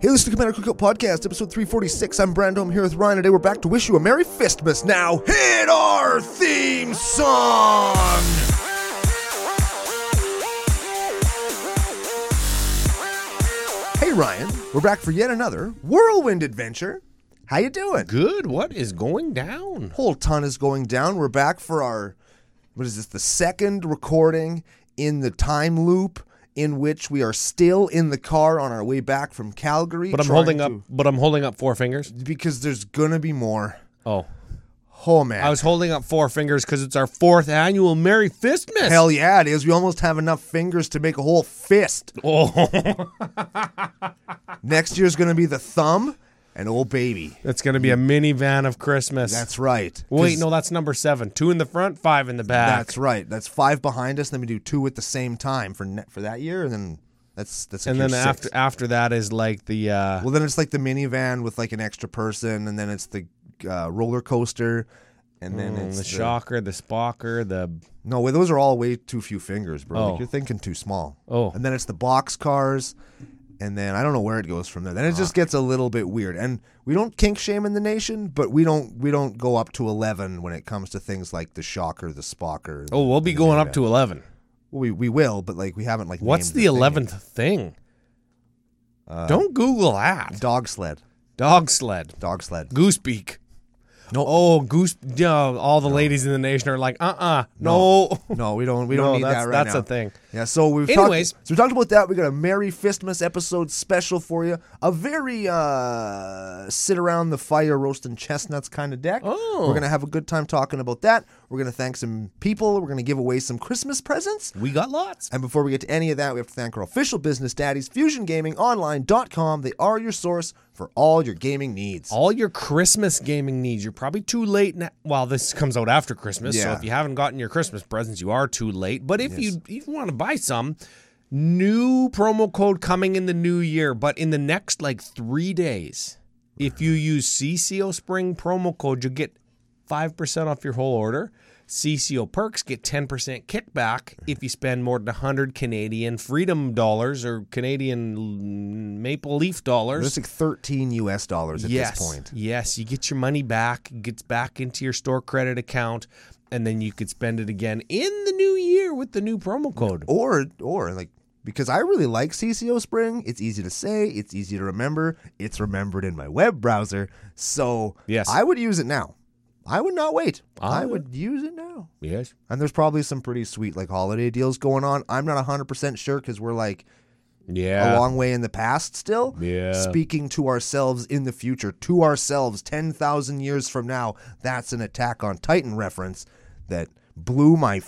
Hey, listen to Commander Cookout Podcast, episode 346. I'm Brandom here with Ryan. Today we're back to wish you a Merry Fistmas. Now, hit our theme song! Hey, Ryan. We're back for yet another whirlwind adventure. How you doing? Good. What is going down? Whole ton is going down. We're back for our, what is this, the second recording in the time loop in which we are still in the car on our way back from Calgary. But I'm trying holding to- up. But I'm holding up four fingers. because there's gonna be more. Oh, Oh man, I was holding up four fingers because it's our fourth annual Merry Fistmas. hell yeah, it is. We almost have enough fingers to make a whole fist. Oh, Next year's gonna be the thumb and old baby. that's gonna be a minivan of Christmas. That's right. Wait, 'Cause- no, that's number seven. Two in the front, five in the back. That's right. That's five behind us. Then we do two at the same time for ne- for that year, and then that's that's. like and year then six. after after that is like the uh, well, then it's like the minivan with like an extra person, and then it's the uh, roller coaster, and then mm, it's the shocker, the spocker, the No, wait, those are all way too few fingers, bro. Oh. Like you're thinking too small. Oh. And then it's the box cars. And then I don't know where it goes from there. Then it just gets a little bit weird. And we don't kink shame in the nation, but we don't we don't go up to eleven when it comes to things like the shocker, the spocker. oh, we'll be going up to eleven. Well, we we will, but like we haven't like. What's named the thing yet. eleventh thing? Uh, Don't Google that. Dog sled. Dog sled. Dog sled. Goosebeak. No. Oh, goose. Yeah, all the ladies in the nation are like, uh, uh no. No, we don't. We No, don't need that's- that right that's now. a thing. Yeah. So we've talked- Anyways. so we talked about that. We got a Merry Fistmas episode special for you. A very uh, sit around the fire roasting chestnuts kind of deck. Oh. We're gonna have a good time talking about that. We're gonna thank some people. We're gonna give away some Christmas presents. We got lots. And before we get to any of that, we have to thank our official business daddies, FusionGamingOnline.com. They are your source for all your gaming needs. All your Christmas gaming needs. You're probably too late now. Well, this comes out after Christmas, so Yeah. if you haven't gotten your Christmas presents, you are too late. But if you even want to buy some, new promo code coming in the new year, but in the next like three days, if you use CCO Spring promo code, you get 5% off your whole order. CCO perks get 10% kickback if you spend more than 100 Canadian freedom dollars or Canadian maple leaf dollars. That's like 13 US dollars at yes, this point. Yes, you get your money back, it gets back into your store credit account, and then you could spend it again in the new year with the new promo code. or or like because I really like CCO Spring. It's easy to say, it's easy to remember, it's remembered in my web browser. So Yes. I would use it now. I would not wait. I, I would use it now. Yes. And there's probably some pretty sweet like holiday deals going on. I'm not 100% sure cuz we're like Yeah. a long way in the past still. Yeah. Speaking to ourselves in the future, to ourselves 10,000 years from now. That's an Attack on Titan reference that blew my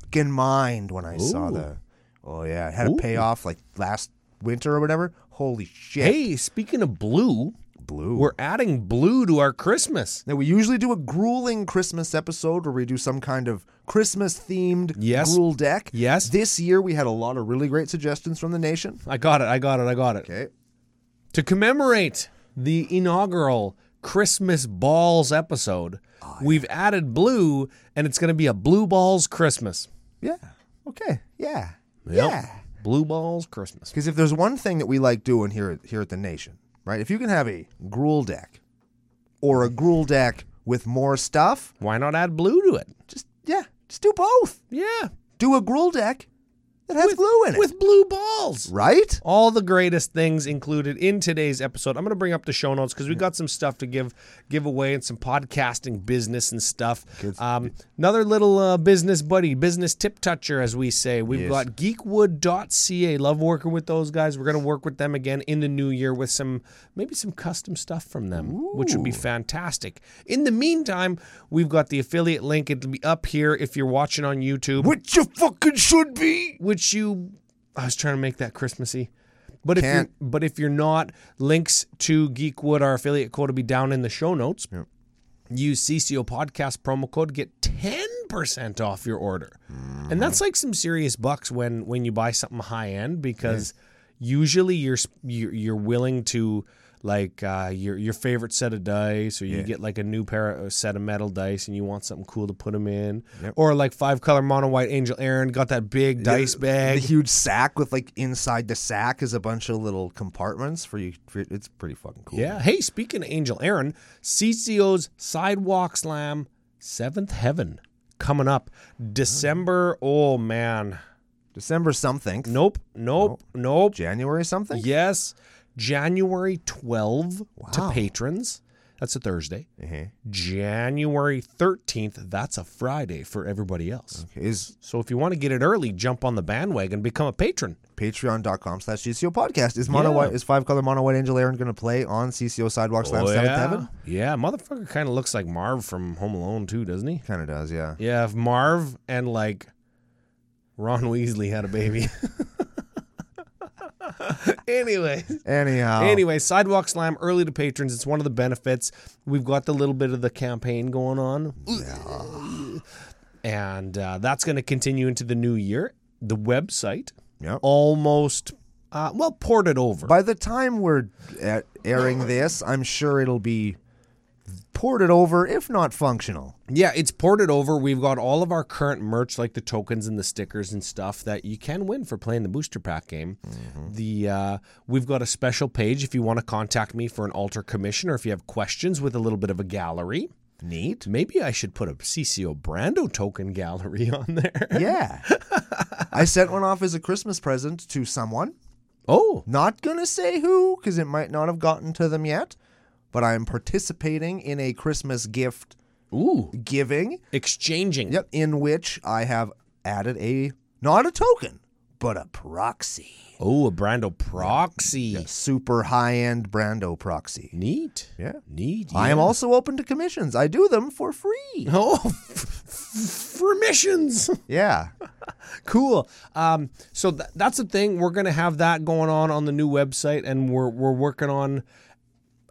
fucking mind when I saw Ooh. the. Oh, yeah. It had a payoff like last winter or whatever. Holy shit. hey, speaking of blue, Blue. We're adding blue to our Christmas. now, we usually do a grueling Christmas episode where we do some kind of Christmas themed Yes. gruel deck. Yes. This year we had a lot of really great suggestions from the nation. I got it. I got it. I got it. Okay. To commemorate the inaugural Christmas Balls episode, Ah, we've added blue, and it's going to be a Blue Balls Christmas. Yeah. Okay. Yeah. Yep. Yeah. Blue Balls Christmas. Because if there's one thing that we like doing here here at the Nation, right? If you can have a gruel deck or a gruel deck with more stuff, Why not add blue to it? just yeah, just do both. Yeah. Do a gruel deck that has blue in it, With blue balls. right? All the greatest things included in today's episode. I'm going to bring up the show notes because we got some stuff to give give away and some podcasting business and stuff. Um, another little uh, business buddy, business tip toucher, as we say. We've got geekwood.ca. Love working with those guys. We're going to work with them again in the new year with some maybe some custom stuff from them, which would be fantastic. In the meantime, we've got the affiliate link. It'll be up here if you're watching on YouTube Which you fucking should be. which you I was trying to make that Christmassy. But if you're, Can't. but if you're not, links to Geekwood, our affiliate code, will be down in the show notes. Use CCO podcast promo code get ten percent off your order, and that's like some serious bucks when when you buy something high end because usually you're sp- you're, you're willing to like uh, your your favorite set of dice, or you get like a new pair of set of metal dice, and you want something cool to put them in, or like five color mono white angel Aaron got that big dice The bag. huge sack with like inside the sack is a bunch of little compartments for you. For, it's pretty fucking cool. Yeah. Hey, speaking of Angel Aaron, CCO's Sidewalk Slam Seventh Heaven coming up December. Oh man, December something. nope, nope, nope. January something. Yes, January 12 to Wow. patrons. That's a Thursday. Uh-huh. January 13th, that's a Friday for everybody Mm. else. Is So if you want to get it early, jump on the bandwagon, become a patron. patreon.com slash GCO podcast. Is mono Yeah. white, is five color mono white angel Aaron going to play on CCO Sidewalk Slam Seventh Oh, yeah. Heaven? Yeah, motherfucker kind of looks like Marv from Home Alone too, doesn't he? Kind of does, yeah. Yeah, if Marv and like Ron Weasley had a baby. anyway, Anyhow, anyway, sidewalk slam early to patrons. It's one of the benefits. We've got the little bit of the campaign going on, and uh, that's going to continue into the new year. The website Yep. almost uh, well ported over. by the time we're at airing this, I'm sure it'll be ported over, if not functional. Yeah, it's ported over. We've got all of our current merch, like the tokens and the stickers and stuff that you can win for playing the booster pack game. Mm-hmm. The uh, we've got a special page if you want to contact me for an alter commission or if you have questions with a little bit of a gallery. Neat. Maybe I should put a CCO Brando token gallery on there. Yeah. I sent one off as a Christmas present to someone. Oh, Not going to say who because it might not have gotten to them yet, but I'm participating in a Christmas gift ooh, giving. exchanging. Yep, in which I have added a not a token, but a proxy. Oh, a Brando proxy. Super high-end Brando proxy. Neat. Yeah. Neat. I am yeah. also open to commissions. I do them for free. Oh, for missions. Yeah. cool. Um, so th- that's the thing. We're gonna have that going on on the new website, and we're we're working on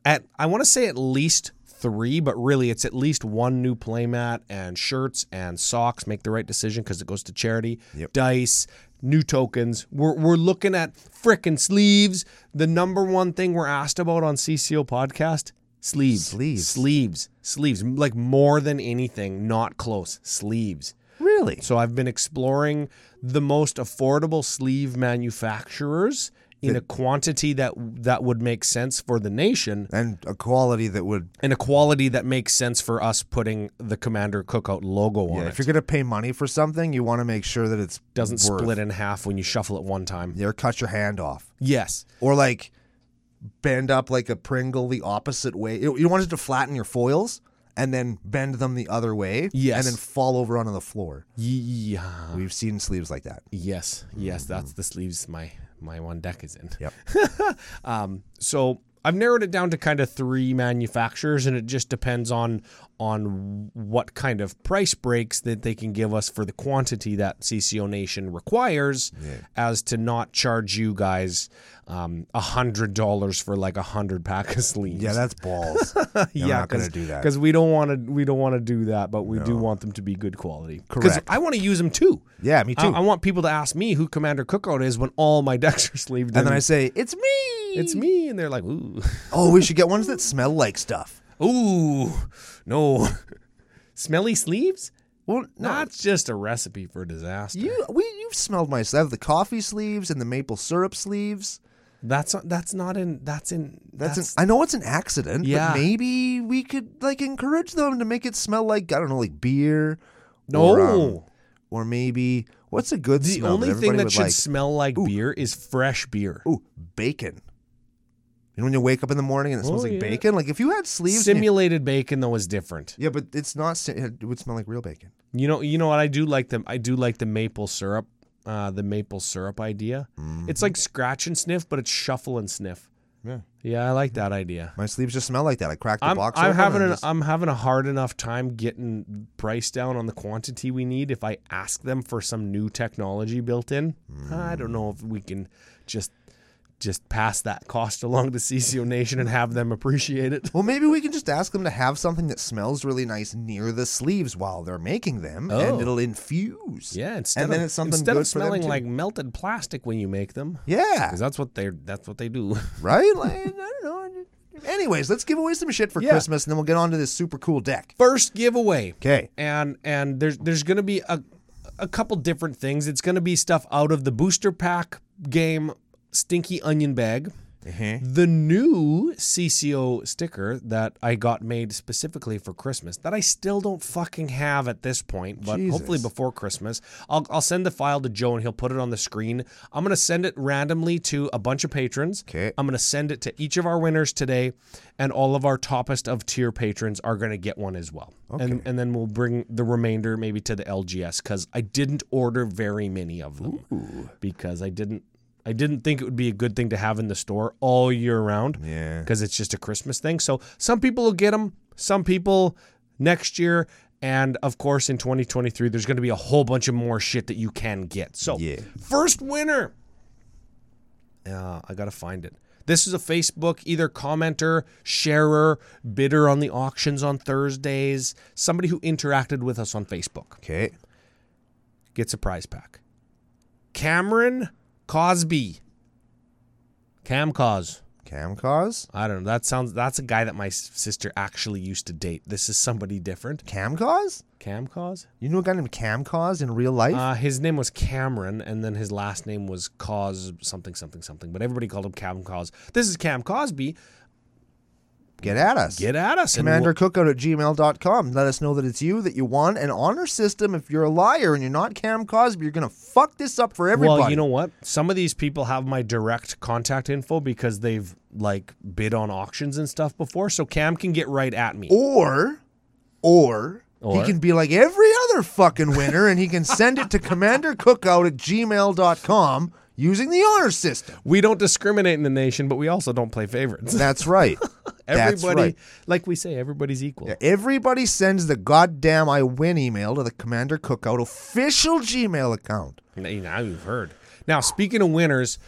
at I want to say at least three, but really it's at least one new playmat and shirts and socks. Make the right decision because it goes to charity. Dice. New tokens. We're, we're looking at frickin' sleeves. The number one thing we're asked about on CCO podcast sleeves. Sleeves. Sleeves. Sleeves. Like more than anything, not close. Sleeves. Really? So I've been exploring the most affordable sleeve manufacturers in a quantity that that would make sense for the nation And a quality that would and a quality that makes sense for us putting the Commander Cookout logo on yeah, it. if you're going to pay money for something, you want to make sure that it's Doesn't worth- split in half when you shuffle it one time. Yeah, or cut your hand off. Yes. Or like bend up like a Pringle the opposite way. You you want it to flatten your foils and then bend them the other way and Yes. then fall over onto the floor. Yeah. We've seen sleeves like that. Yes, yes, that's the sleeves my my one deck is in. Mm-hmm. Yep. um, so I've narrowed it down to kind of three manufacturers, and it just depends on on what kind of price breaks that they can give us for the quantity that CCO Nation requires, as to not charge you guys um, a hundred dollars for like a hundred pack of sleeves. Yeah, that's balls. yeah, not gonna do that. because we don't want to we don't want to do that, but we do want them to be good quality. 'Cause Correct. I want to use them too. Yeah, me too. I, I want people to ask me who Commander Cookout is when all my decks are sleeved. and then I say, "It's me." it's me, and they're like, ooh, oh, we should get ones that smell like stuff. ooh, no, smelly sleeves. Well, no, That's just a recipe for disaster. you we you've smelled my. I have the coffee sleeves and the maple syrup sleeves. That's not, that's not in. That's in. That's, an, I know it's an accident, Yeah. but maybe we could like encourage them to make it smell like I don't know, like beer. no. Or, um, or maybe what's a good the smell only that thing everybody that would should like? smell like beer is fresh beer. Ooh, bacon. You know when you wake up in the morning and it smells Oh, like yeah. bacon. Like if you had sleeves, and you- Simulated bacon though is different. yeah, but it's not. si- It would smell like real bacon. You know, you know what I do like them. I do like the maple syrup, uh, the maple syrup idea. It's like scratch and sniff, but it's shuffle and sniff. Mm-hmm. Yeah. yeah, I like that idea. My sleeves just smell like that. I cracked the I'm, box. I'm open having and an, just- I'm having a hard enough time getting price down on the quantity we need. If I ask them for some new technology built in, I don't know if we can just just pass that cost along to CCO Nation and have them appreciate it. Well, maybe we can just ask them to have something that smells really nice near the sleeves while they're making them, Oh. and it'll infuse. Yeah, instead and then of, it's something instead good of smelling for them like too. melted plastic when you make them. Yeah, Because that's what they that's what they do. right. Like, I don't know. Anyways, let's give away some shit for Yeah. Christmas, and then we'll get on to this super cool deck. First giveaway. Okay. And and there's there's gonna be a a couple different things. It's gonna be stuff out of the booster pack game stinky onion bag. The new CCO sticker that I got made specifically for Christmas that I still don't fucking have at this point, but Jesus. hopefully before Christmas, I'll, I'll send the file to Joe and he'll put it on the screen. I'm going to send it randomly to a bunch of patrons. Okay. I'm going to send it to each of our winners today, and all of our toppest of tier patrons are going to get one as well. And, and then we'll bring the remainder maybe to the LGS because I didn't order very many of them because I didn't. I didn't think it would be a good thing to have in the store all year round Yeah. because it's just a Christmas thing. So some people will get them, some people next year. And of course, in 2023, there's going to be a whole bunch of more shit that you can get. So, Yeah. first winner. Uh, I got to find it. This is a Facebook either commenter, sharer, bidder on the auctions on Thursdays, somebody who interacted with us on Facebook Okay. gets a prize pack. Cameron Cosby. Cam Cos. Cam cause. I don't know. That sounds. That's a guy that my s- sister actually used to date. This is somebody different. Cam cause. Cam Cause. You know a guy named Cam cause in real life? Uh, his name was Cameron, and then his last name was Cause something something something. But everybody called him Cam Cause. This is Cam Cosby. get at us. Get at us, and Commander Cookout at gmail.com. Let us know that it's you, that you won an honor system. If you're a liar and you're not Cam Cosby, you're going to fuck this up for we'll- everybody. Well, you know what? Some of these people have my direct contact info because they've like bid on auctions and stuff before, so Cam can get right at me. or, or, Or? he can be like every other fucking winner and he can send it to Commander Cookout at gmail.com using the honor system. We don't discriminate in the nation, but we also don't play favorites. That's right. That's Everybody, right. like we say, everybody's equal. Everybody sends the goddamn I win email to the Commander Cookout official Gmail account. Now now you've heard. Now, speaking of winners,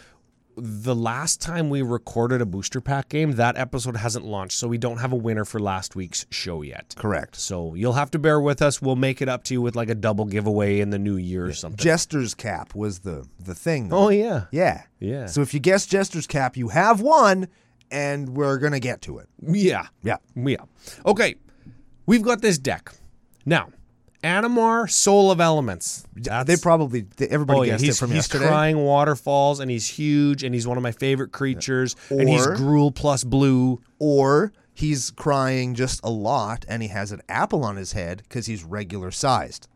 the last time we recorded a booster pack game, that episode hasn't launched, so we don't have a winner for last week's show yet. Correct. So you'll have to bear with us. We'll make it up to you with like a double giveaway in the new year or something. Jester's cap was the the thing. Oh yeah. Yeah. Yeah. So if you guess Jester's cap, you have one, and we're gonna get to it. Yeah. Yeah. Yeah. Okay. We've got this deck. Now, Animar, Soul of Elements. they probably they, everybody Oh, yeah, guessed he's, it from he's yesterday. crying waterfalls, and he's huge, and he's one of my favorite creatures, and he's Or- gruel plus blue. Or he's crying just a lot, and he has an apple on his head because he's regular sized.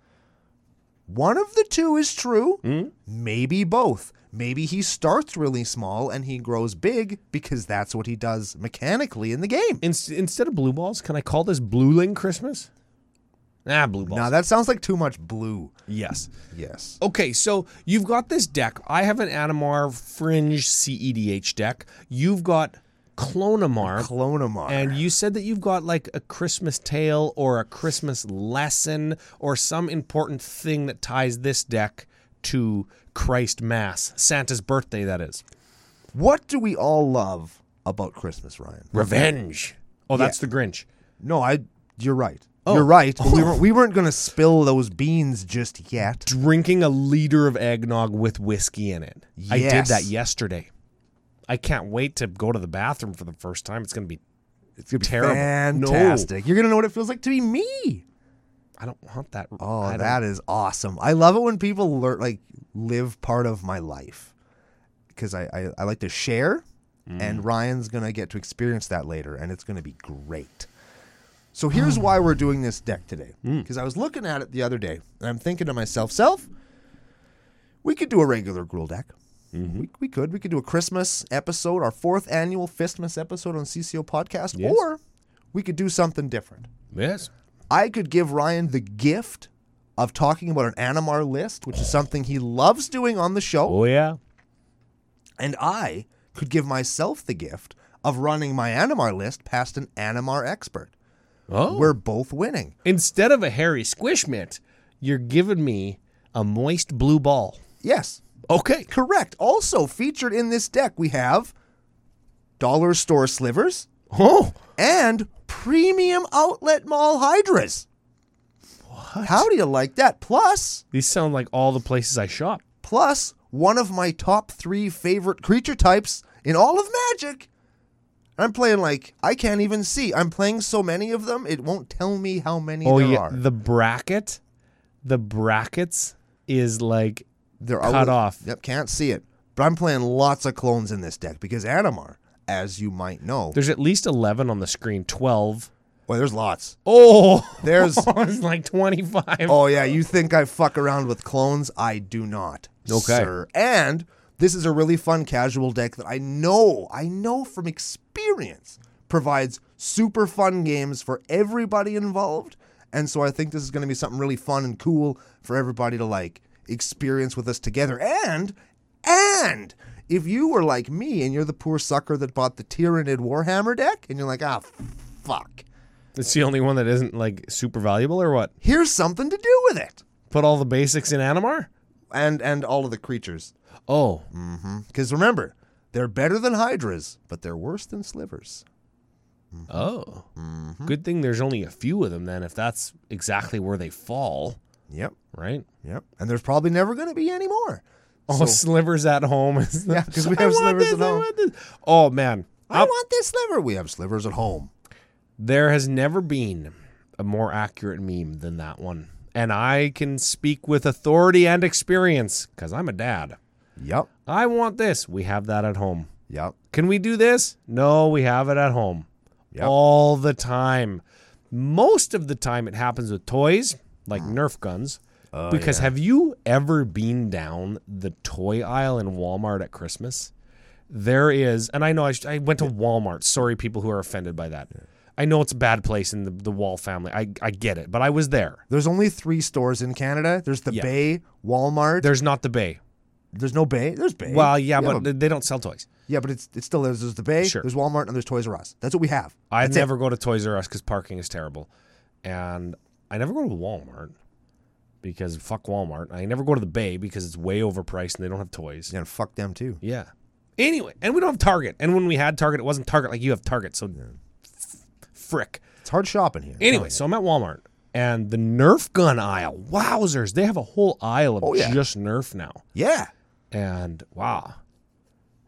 One of the two is true. Hmm? Maybe both. Maybe he starts really small and he grows big because that's what he does mechanically in the game. In- instead of blue balls, can I call this blueling Christmas? Ah, blue balls. Now that sounds like too much blue. yes. Yes. Okay, so you've got this deck. I have an Animar Fringe CEDH deck. You've got Clonamar. Clonamar. and you said that you've got like a Christmas tale or a Christmas lesson or some important thing that ties this deck to Christ Mass, Santa's birthday, that is. What do we all love about Christmas, Ryan? Revenge. Oh, that's the Grinch. No, I. You're right. You're right. But we weren't. We weren't going to spill those beans just yet. drinking a liter of eggnog with whiskey in it. I did Yes. that yesterday. I can't wait to go to the bathroom for the first time. It's going to be It's gonna be Terrible. Fantastic. You're gonna know what it feels like to be me. I don't want that. Oh, I don't- that is awesome. I love it when people learn, like live part of my life because I, I I like to share, Mm. and Ryan's gonna get to experience that later, and it's gonna be great. So here's why we're doing this deck today. Hmm. Because I was looking at it the other day, and I'm thinking to myself, self, we could do a regular Gruul deck. Mm-hmm. We, we could. We could do a Christmas episode, our fourth annual Fistmas episode on CCO Podcast, Yes. or we could do something different. Yes. I could give Ryan the gift of talking about an Animar list, which is something he loves doing on the show, Oh, yeah. and I could give myself the gift of running my Animar list past an Animar expert. Oh. We're both winning. Instead of a hairy squish mitt, you're giving me a moist blue ball. Yes. Okay. Correct. Also featured in this deck, we have dollar store slivers Oh. and premium outlet mall hydras. How do you like that? Plus, These sound like all the places I shop. plus one of my top three favorite creature types in all of Magic. I'm playing like I can't even see. I'm playing so many of them, it won't tell me how many Oh there yeah. are. The bracket. The brackets is like They're cut out of- off. Yep, can't see it. But I'm playing lots of clones in this deck because Animar, as you might know, there's at least eleven on the screen. Twelve. well, there's lots. Oh, There's- it's like twenty-five. Oh yeah, you think I fuck around with clones? I do not. Okay. Sir. And this is a really fun casual deck that I know, I know from experience, provides super fun games for everybody involved. And so I think this is going to be something really fun and cool for everybody to like experience with us together. And and if you were like me and you're the poor sucker that bought the Tyranid Warhammer deck and you're like, "Ah, fuck. It's the only one that isn't like super valuable or what? Here's something to do with it." Put all the basics in Animar? And and all of the creatures. Oh. Because remember, they're better than hydras, but they're worse than slivers. Oh. Good thing there's only a few of them then if that's exactly where they fall, Yep, right? yep. And there's probably never going to be any more. Oh, slivers at home. is the- Yeah, 'cause we I have want slivers this, at I home. want this. Oh man. I Up- want this sliver. We have slivers at home. There has never been a more accurate meme than that one. And I can speak with authority and experience cuz I'm a dad. Yep, I want this. We have that at home. yep. Can we do this? No, we have it at home Yep. all the time. Most of the time, it happens with toys like Mm. Nerf guns. Oh, because have you ever been down the toy aisle in Walmart at Christmas? There is, and I know I, sh- I went to Walmart. Sorry, people who are offended by that. I know it's a bad place in the, the Wall family. I, I get it, but I was there. There's only three stores in Canada. There's the Yeah. Bay, Walmart. There's not the Bay. there's no Bay. There's Bay. Well, yeah, We have but a- they don't sell toys. yeah, but it's it's still there's, there's the Bay. Sure. There's Walmart and there's Toys R Us. That's what we have. I That's it. never go to Toys R Us because parking is terrible, and I never go to Walmart because fuck Walmart. I never go to the Bay because it's way overpriced and they don't have toys. Yeah, and fuck them too. Yeah. Anyway, and we don't have Target. And when we had Target, it wasn't Target like you have Target. So, f- frick. It's hard shopping here. Anyway, so I'm at Walmart and the Nerf gun aisle. Wowzers, they have a whole aisle of Oh, yeah. just Nerf now, yeah. and wow,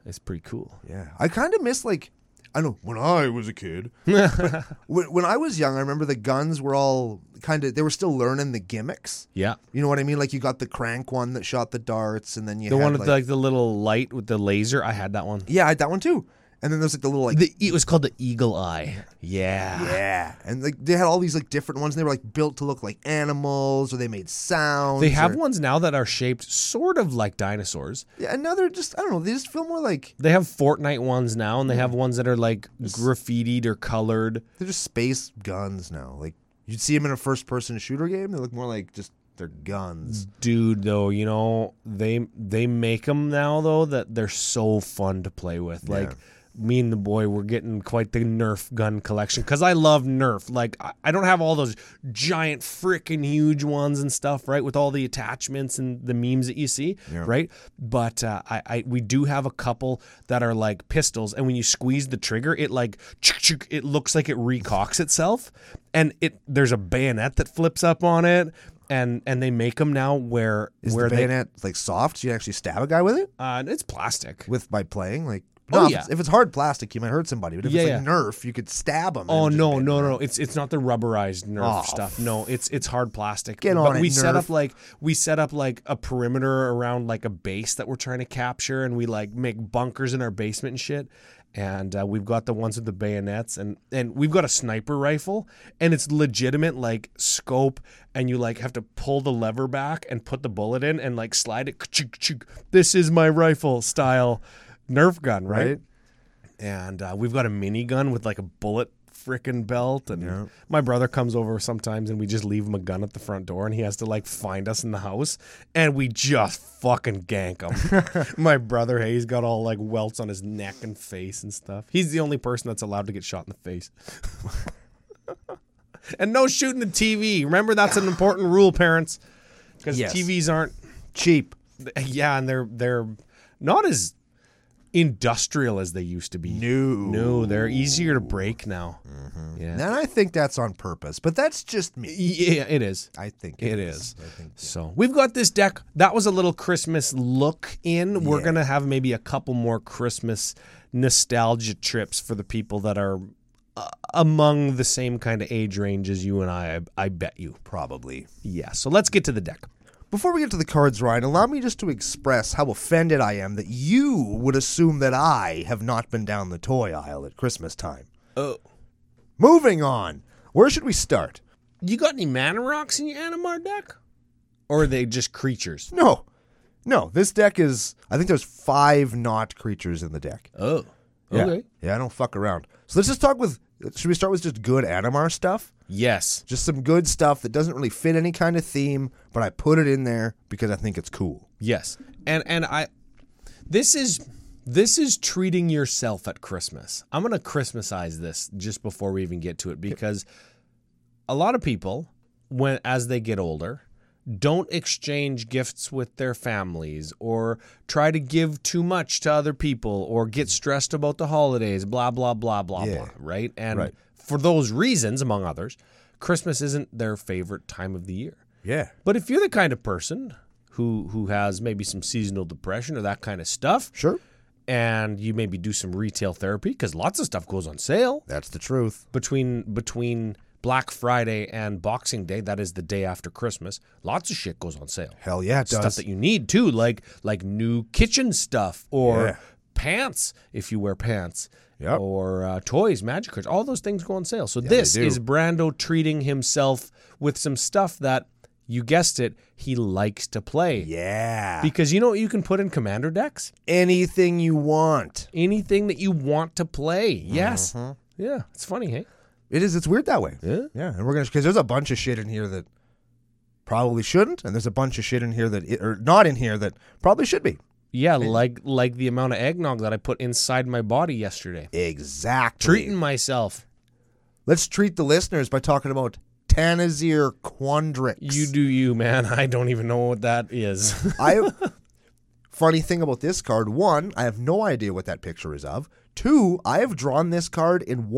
it's pretty cool. Yeah, I kind of miss like I know when I was a kid. But when, when I was young, I remember the guns were all kind of they were still learning the gimmicks. Yeah. You know what I mean? Like you got the crank one that shot the darts, and then you The had one with like, the, like the little light with the laser, I had that one. yeah, I had that one too. And then there's like the little like The, it was called the Eagle Eye. Yeah. yeah, and like they had all these like different ones. And they were like built to look like animals, or they made sounds. They have or, ones now that are shaped sort of like dinosaurs. yeah, another just I don't know. They just feel more like They have Fortnite ones now, and they have ones that are like graffitied or colored. they're just space guns now. Like you'd see them in a first-person shooter game. They look more like just they're guns. Dude, though, you know they they make them now though that they're so fun to play with. Like me and the boy, we're getting quite the Nerf gun collection because I love Nerf. Like I, I don't have all those giant freaking huge ones and stuff, right? With all the attachments and the memes that you see, right? But uh, I, I we do have a couple that are like pistols, and when you squeeze the trigger, it like chuk, chuk, it looks like it recocks itself, and it there's a bayonet that flips up on it. And, and they make them now where Is where the they bayonet like soft? So you actually stab a guy with it uh, it's plastic. with by playing like. Oh, No, if, yeah. it's, if it's hard plastic, you might hurt somebody. But if Yeah, it's like Nerf, you could stab them. Oh no, no, no! It's it's not the rubberized Nerf Oh, stuff. No, it's it's hard plastic. Get but on it, we set Nerf. up like we set up like a perimeter around like a base that we're trying to capture, and we like make bunkers in our basement and shit. And uh, we've got the ones with the bayonets, and and we've got a sniper rifle, and it's legitimate like scope, and you like have to pull the lever back and put the bullet in, and like slide it. Ka-chuk-chuk. This is my rifle style Nerf gun, right? right? and uh, we've got a minigun with like a bullet frickin' belt and my brother comes over sometimes and we just leave him a gun at the front door and he has to like find us in the house and we just fucking gank him my brother hayes got all like welts on his neck and face and stuff he's the only person that's allowed to get shot in the face and no shooting the tv remember that's an important rule parents because Yes. tvs aren't Cheap. yeah, and they're they're not as industrial as they used to be. No. No, they're easier to break now. Yeah. And I think that's on purpose, but that's just me. Yeah, it is. I think It is. is. I think So we've got this deck. That was a little Christmas look in. We're gonna have maybe a couple more Christmas nostalgia trips for the people that are uh, among the same kind of age range as you and I. I, I bet you. probably. Yeah. So let's get to the deck. Before we get to the cards, Ryan, allow me just to express how offended I am that you would assume that I have not been down the toy aisle at Christmas time. Oh, Moving on. Where should we start? you got any mana rocks in your Animar deck, or are they just creatures? No. No, this deck is I think there's five not creatures in the deck. Oh. Yeah. Okay. Yeah, I don't fuck around. So let's just talk with should we start with just good Animar stuff? Yes. Just some good stuff that doesn't really fit any kind of theme, but I put it in there because I think it's cool. Yes. And and I this is this is treating yourself at Christmas. I'm going to Christmasize this just before we even get to it because a lot of people when as they get older don't exchange gifts with their families or try to give too much to other people or get stressed about the holidays blah blah blah blah Yeah. blah right and Right. for those reasons among others christmas isn't their favorite time of the year Yeah. but if you're the kind of person who who has maybe some seasonal depression or that kind of stuff, Sure. and you maybe do some retail therapy because lots of stuff goes on sale That's the truth. between between Black Friday and Boxing Day. That is the day after Christmas. Lots of shit goes on sale. Hell yeah, it does. Stuff that you need too, like like new kitchen stuff or Yeah. pants if you wear pants. Yep. Or uh, toys, magic cards, all those things go on sale. So this do. is Brando treating himself with some stuff that you guessed it, he likes to play. yeah. Because you know what you can put in commander decks? anything you want. Anything that you want to play. Yes. Yeah. It's funny, hey? It is. It's weird that way. Yeah. Mm-hmm. Yeah, and we're gonna because there's a bunch of shit in here that probably shouldn't, and there's a bunch of shit in here that i or not in here that probably should be. Yeah, like like the amount of eggnog that I put inside my body yesterday. Exactly. Treating myself. Let's treat the listeners by talking about Tanazir Quandrix. You do you, man. I don't even know what that is. I. Funny thing about this card: one, I have no idea what that picture is of. Two, I have drawn this card in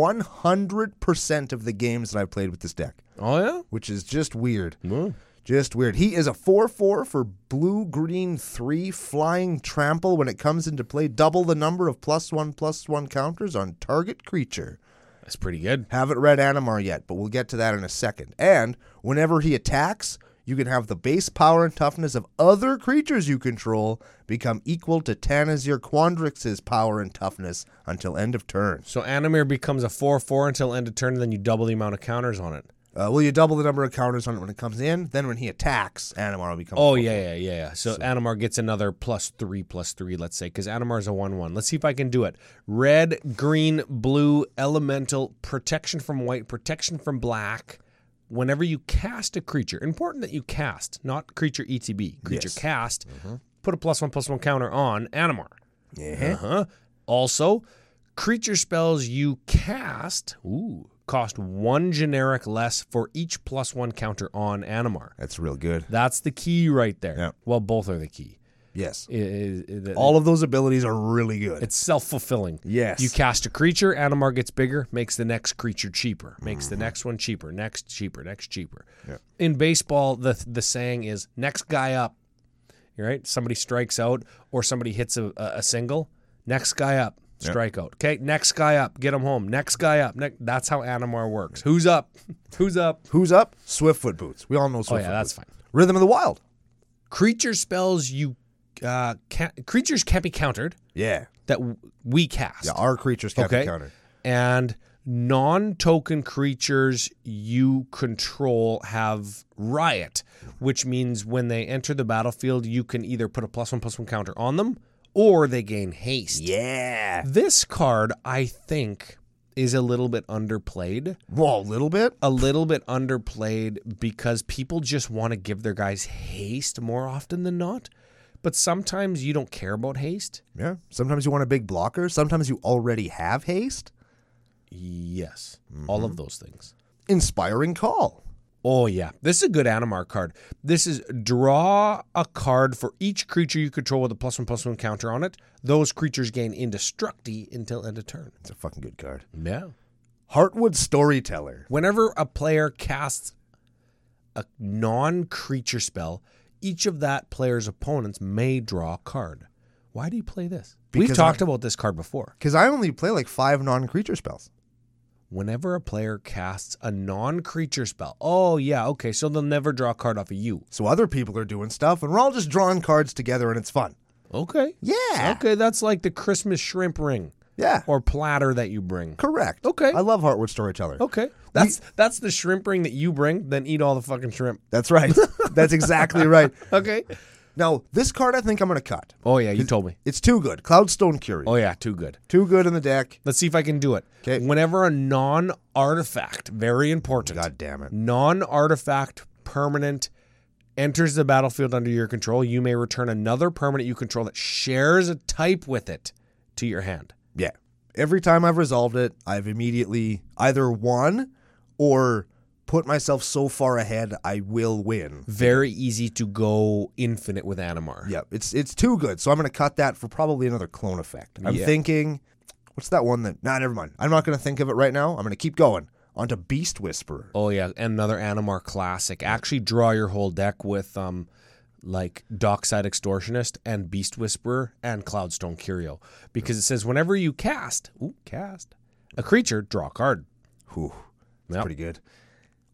100% of the games that I've played with this deck, oh which is just weird. yeah? Well, Just weird. He is a 4 4 for blue green 3 flying trample when it comes into play. Double the number of plus 1 plus 1 counters on target creature. That's pretty good. Haven't read Animar yet, but we'll get to that in a second. And whenever he attacks, you can have the base power and toughness of other creatures you control become equal to Tanazir Quandrix's power and toughness until end of turn. So Animir becomes a four four until end of turn, then you double the amount of counters on it. Uh, will you double the number of counters on it when it comes in? Then when he attacks, Animar will become. Uh-huh. Oh yeah, yeah, yeah. yeah. So, Animar gets another plus three, plus three. Let's say because Animar's a one-one. Let's see if I can do it. Red, green, blue, elemental, protection from white, protection from black. Whenever you cast a creature, important that you cast, not creature ETB, creature Yes. cast. Put a plus one, plus one counter on Animar. Yeah. Uh-huh. Also, creature spells you cast ooh, cost one generic less for each plus one counter on Animar. That's real good. That's the key right there. Yeah. Well, both are the key. Yes. I- I- I- All of those abilities are really good. it's self fulfilling. Yes. You cast a creature, Animar gets bigger, makes the next creature cheaper, makes the next one cheaper, next cheaper, next cheaper. Mm-hmm. Yeah. In baseball, the the saying is next guy up. You're right. Somebody strikes out or somebody hits a, a, a single. Next guy up, strikeout. Okay, next guy up, get him home. Next guy up. Next, that's how Animar works. Who's up? Who's up? Who's up? Swiftfoot boots. We all know Oh Swiftfoot yeah, that's boots. fine. Rhythm of the Wild. Creature spells you uh, ca creatures can't be countered. Yeah. that w- we cast. Yeah, our creatures can't okay. be countered. And non token creatures you control have riot, which means when they enter the battlefield, you can either put a plus one plus one counter on them or they gain haste. Yeah. This card, I think, is a little bit underplayed. Well, a little bit. A little bit underplayed because people just want to give their guys haste more often than not. But sometimes you don't care about haste. Yeah. Sometimes you want a big blocker. Sometimes you already have haste. Yes. All of those things. Inspiring Call. Oh yeah, this is a good Animar card. This is draw a card for each creature you control with a plus one plus one counter on it. Those creatures gain indestructi until end of turn. It's a fucking good card. Yeah. Heartwood Storyteller. Whenever a player casts a non-creature spell, each of that player's opponents may draw a card. Why do you play this? We've Because talked about this card before. Because I only play like five non creature spells. Whenever a player casts a non-creature spell, oh yeah, okay, so they'll never draw a card off of you. So other people are doing stuff, and we're all just drawing cards together, and it's fun. Okay. Yeah. Okay, that's like the Christmas shrimp ring Yeah. or platter that you bring. Correct. Okay. I love Heartwood Storyteller. Okay. That's that's the shrimp ring that you bring, then eat all the fucking shrimp. That's right. That's exactly right. Okay. Now, this card I think I'm going to cut. Oh yeah, you told me. It's too good. Cloudstone Curie. Oh yeah, too good. Too good in the deck. Let's see if I can do it. 'Kay. Whenever a non-artifact, very important, God damn it. non-artifact permanent enters the battlefield under your control, you may return another permanent you control that shares a type with it to your hand. Yeah. Every time I've resolved it, I've immediately either won or put myself so far ahead I will win. Very easy to go infinite with Animar. Yeah, it's it's too good. So I'm going to cut that for probably another clone effect. I'm Yeah. thinking, what's that one that? Nah, never mind. I'm not going to think of it right now. I'm going to keep going onto Beast Whisperer. Oh yeah, and another Animar classic. Actually, draw your whole deck with um, like Dockside Extortionist and Beast Whisperer and Cloudstone Curio, because it says whenever you cast, ooh, cast a creature, draw a card. Whew, that's Yep. pretty good.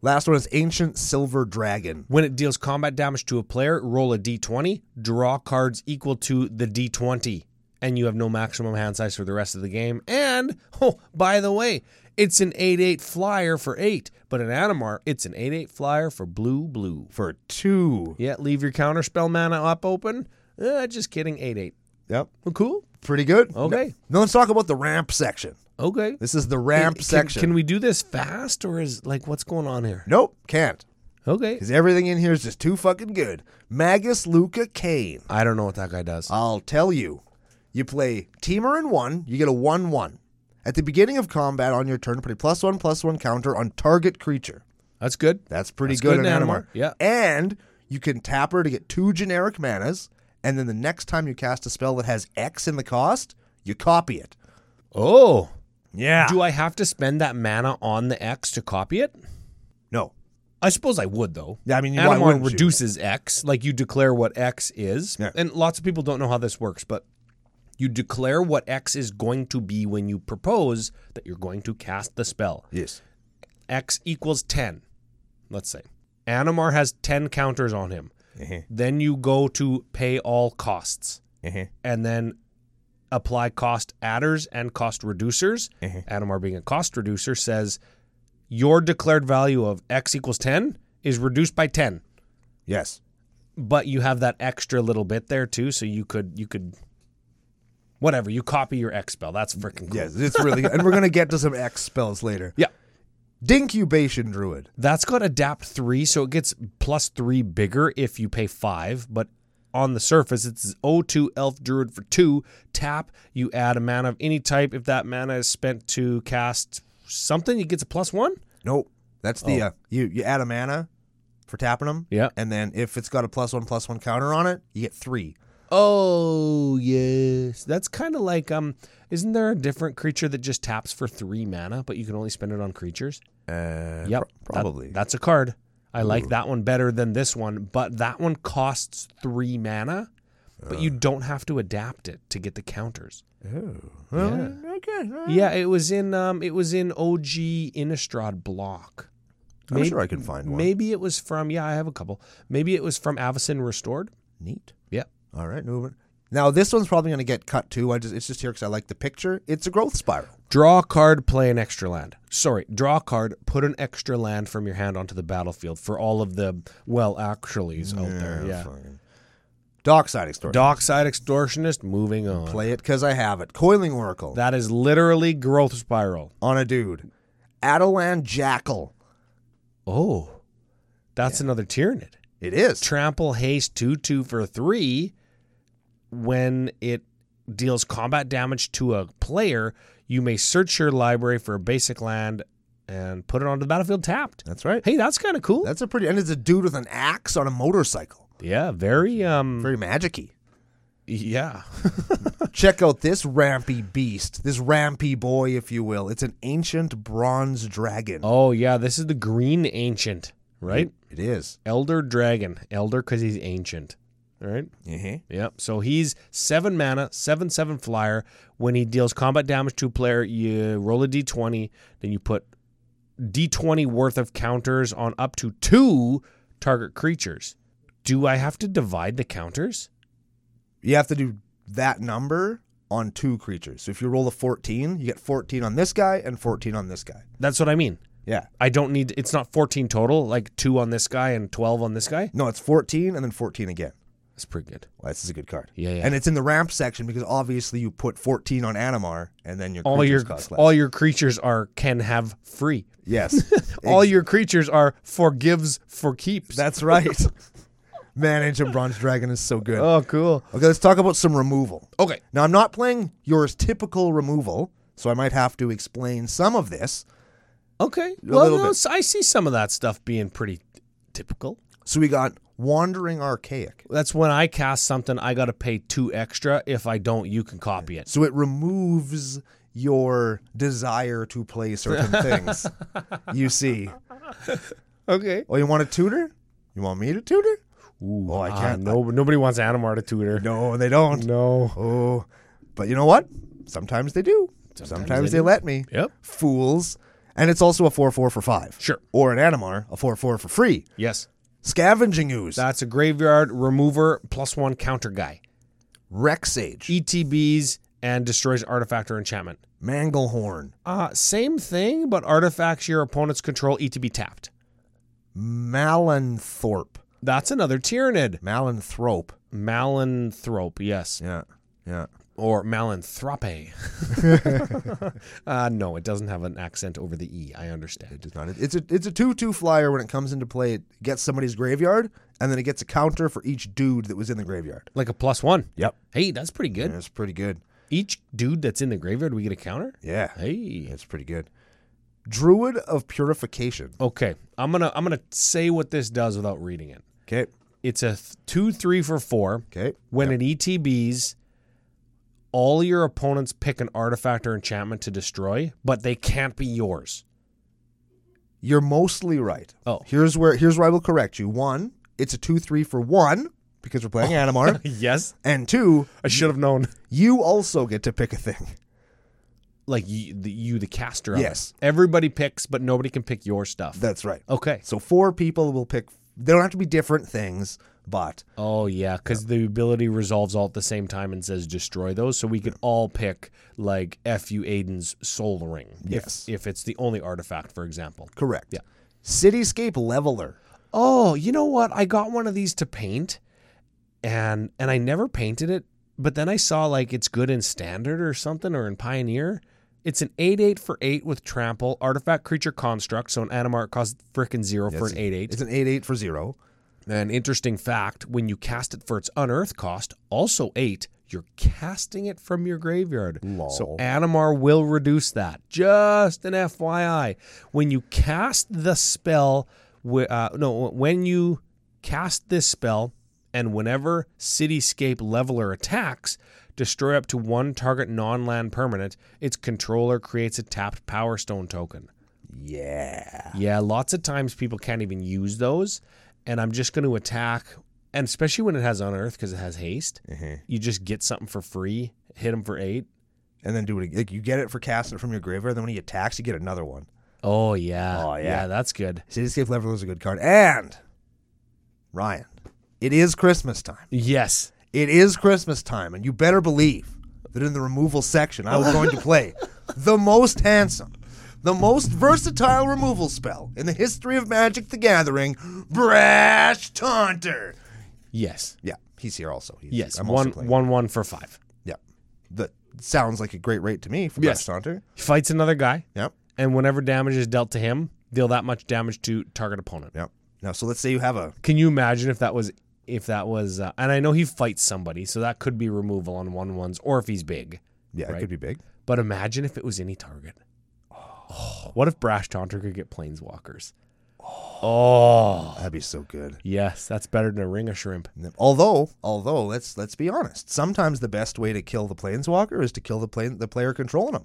Last one is Ancient Silver Dragon. When it deals combat damage to a player, roll a d20, draw cards equal to the d20, and you have no maximum hand size for the rest of the game. And oh, by the way, it's an 8-8 flyer for eight, but in Animar, it's an 8-8 flyer for blue blue. For two. Yeah, leave your counterspell mana up open. Uh, just kidding. 8 8. Yep. Well, cool. Pretty good. Okay. Now let's talk about the ramp section. Okay. This is the ramp Can- section. Can we do this fast or is like what's going on here? Nope, can't. Okay. Because everything in here is just too fucking good. Magus Luca Kane. I don't know what that guy does. I'll tell you. You play Teamer in one, you get a 1 1. At the beginning of combat on your turn, put a plus 1 plus 1 counter on target creature. That's good. That's pretty That's good, in good in Animar. Animar, yeah. And you can tap her to get two generic manas, and then the next time you cast a spell that has X in the cost, you copy it. Oh. Yeah. Do I have to spend that mana on the X to copy it? no. I suppose I would though. Yeah, I mean, why Animar wouldn't you? reduces X. Like you declare what X is, Yeah. and lots of people don't know how this works, but you declare what X is going to be when you propose that you're going to cast the spell. Yes. X equals 10, let's say. Animar has 10 counters on him. Uh-huh. Then you go to pay all costs Uh-huh. and then apply cost adders and cost reducers. Animar, being a cost reducer, says your declared value of X equals 10 is reduced by 10. Yes. But you have that extra little bit there too, so you could you could whatever you copy your X spell. That's freaking cool. Yes. It's really good. And we're going to get to some X spells later. Yeah, Dincubation Druid. That's got adapt three, so it gets plus three bigger if you pay five, but on the surface it's O2 Elf Druid for two. Tap, you add a mana of any type. If that mana is spent to cast something, it gets a plus one. Nope. That's the uh, you you add a mana for tapping them. Oh. Yeah. And then if it's got a plus one plus one counter on it, you get three. Oh yes. That's kinda like um isn't there a different creature that just taps for three mana, but you can only spend it on creatures? Uh, pro- Yep. that- probably. that's a card. I like that one better than this one, but that one costs three mana, but you don't have to adapt it to get the counters. oh. Well, Okay. uh, Yeah, it was in um it was in OG Innistrad block. I'm Maybe- sure I can find one. Maybe it was from yeah, I have a couple. Maybe it was from Avacyn Restored. Neat. Yeah. All right. Moving. Now this one's probably going to get cut too. I just it's just here because I like the picture. It's a growth spiral. Draw a card, play an extra land. Sorry, draw a card, put an extra land from your hand onto the battlefield for all of the well actuallys out there. Yeah. Dockside extortion. Dockside extortionist moving on. Play it because I have it. Coiling Oracle That is literally growth spiral. on a dude. Adelan Jackal. Oh, that's another Tyranid. It is. Trample haste 2 2 for 3. When it deals combat damage to a player, you may search your library for a basic land and put it onto the battlefield tapped. That's right. Hey, that's kind of cool. That's a pretty, and it's a dude with an axe on a motorcycle. yeah, very um Very magicy. yeah. Check out this rampy beast, this rampy boy, if you will. It's an ancient bronze dragon. oh yeah, this is the green ancient, right? It is. Elder dragon, elder cuz he's ancient, right? Mm-hmm. Yep. So he's seven mana, seven seven flyer. When he deals combat damage to a player, you roll a d20, then you put d20 worth of counters on up to two target creatures. Do I have to divide the counters? You have to do that number on two creatures. So if you roll a 14, you get 14 on this guy and 14 on this guy. That's what I mean. Yeah. I don't need. It's not 14 total. Like two on this guy and 12 on this guy. No, it's 14 and then 14 again. That's pretty good. Well, this is a good card. Yeah, yeah. And it's in the ramp section because obviously you put 14 on Animar and then your all your creatures cost less. all your creatures are can have free. yes. All your creatures are forgives for keeps. That's right. Man, Ancient Bronze Dragon is so good. oh, cool. Okay, let's talk about some removal. Okay. Now, I'm not playing your typical removal, so I might have to explain some of this. Okay. well, little no, bit. s- I see some of that stuff being pretty typical. So we got Wandering Archaic. That's when I cast something, I got to pay two extra. If I don't, you can copy it. So it removes your desire to play certain things. You see. Okay. Oh, you want a tutor? You want me to tutor? Ooh, Oh, I ah, can't- no, nobody wants Animar to tutor. No, they don't. No. Oh, but you know what? Sometimes they do. Sometimes, they they, do. let me. Yep. Fools. And it's also a 4 4 for 5. Sure. Or an Animar, a 4 4 for free. Yes. Scavenging Ooze. That's a graveyard remover plus one counter guy. E- Rexage. ETBs and destroys artifact or enchantment. Manglehorn. Uh, same thing, but artifacts your opponents control ETB tapped. Malanthorpe. That's another Tyranid. Malanthrope. Malanthrope, yes. Yeah. Yeah. or Malanthrope. uh, no, it doesn't have an accent over the E. I understand. It's not. It's a it's a two two flyer when it comes into play. It gets somebody's graveyard, and then it gets a counter for each dude that was in the graveyard. Like a plus one. Yep. Hey, that's pretty good. That's pretty good. Each dude that's in the graveyard, we get a counter. Yeah. Hey. That's pretty good. Druid of Purification. Okay, I'm gonna I'm gonna say what this does without reading it. Okay. It's a th- two, three for four. Okay. When it ETBs, all your opponents pick an artifact or enchantment to destroy, but they can't be yours. You're mostly right. Oh. Here's where here's where I will correct you. One, it's a two three for one because we're Oh. playing Animar, Yes, and two, I should have known. you also get to pick a thing. like you the, you the caster of it. Yes. everybody picks but nobody can pick your stuff That's right. okay So four people will pick. They don't have to be different things, but oh yeah because the ability resolves all at the same time and says destroy those so we could all pick like fu aiden's soul ring if- Yes. if, it's the only artifact for example correct. Yeah. Cityscape Leveler. oh you know what i got one of these to paint and and i never painted it but then i saw like it's good in standard or something or in pioneer it's an 8-8 for 8 with trample artifact creature construct so an animarch costs frickin' 0 for an 8-8 It's an 8 8 for 0. An interesting fact when you cast it for its unearth cost, also eight, you're casting it from your graveyard. Lol. So Animar will reduce that. Just an FYI. When you cast the spell, wi- uh, no, when you cast this spell, and whenever Cityscape Leveler attacks, destroy up to one target non land permanent, its controller creates a tapped Power Stone token. Yeah. Yeah, lots of times people can't even use those, and I'm just going to attack, and especially when it has unearth because it has haste. Mm-hmm. You just get something for free, hit them for eight. And then do it. Like you get it for casting it from your graveyard. Then when he attacks, you get another one. Oh yeah, Oh, yeah. that's good. Cityscape Leveler is a good card. And Ryan, it is Christmas time. Yes, It is Christmas time, and you better believe that in the removal section, I was going to play the most handsome, the most versatile removal spell in the history of Magic: The Gathering, Brash Taunter. yes, Yeah, he's here also. He's, yes. I'm one, also playing. one, one for five. Yeah. That sounds like a great rate to me for Yes. Brash Taunter. He fights another guy, Yep. and whenever damage is dealt to him, deal that much damage to target opponent. Yep. Now, so let's say you have a Can you imagine if that was if that was? Uh, and I know he fights somebody, so that could be removal on one ones, or if he's big. yeah, it could be big. But imagine if it was any target. Oh, What if Brash Tantra could get planeswalkers? That'd be so good. Yes, that's better than a ring of shrimp. Although, although let's let's be honest, sometimes the best way to kill the planeswalker is to kill the plane the player controlling him.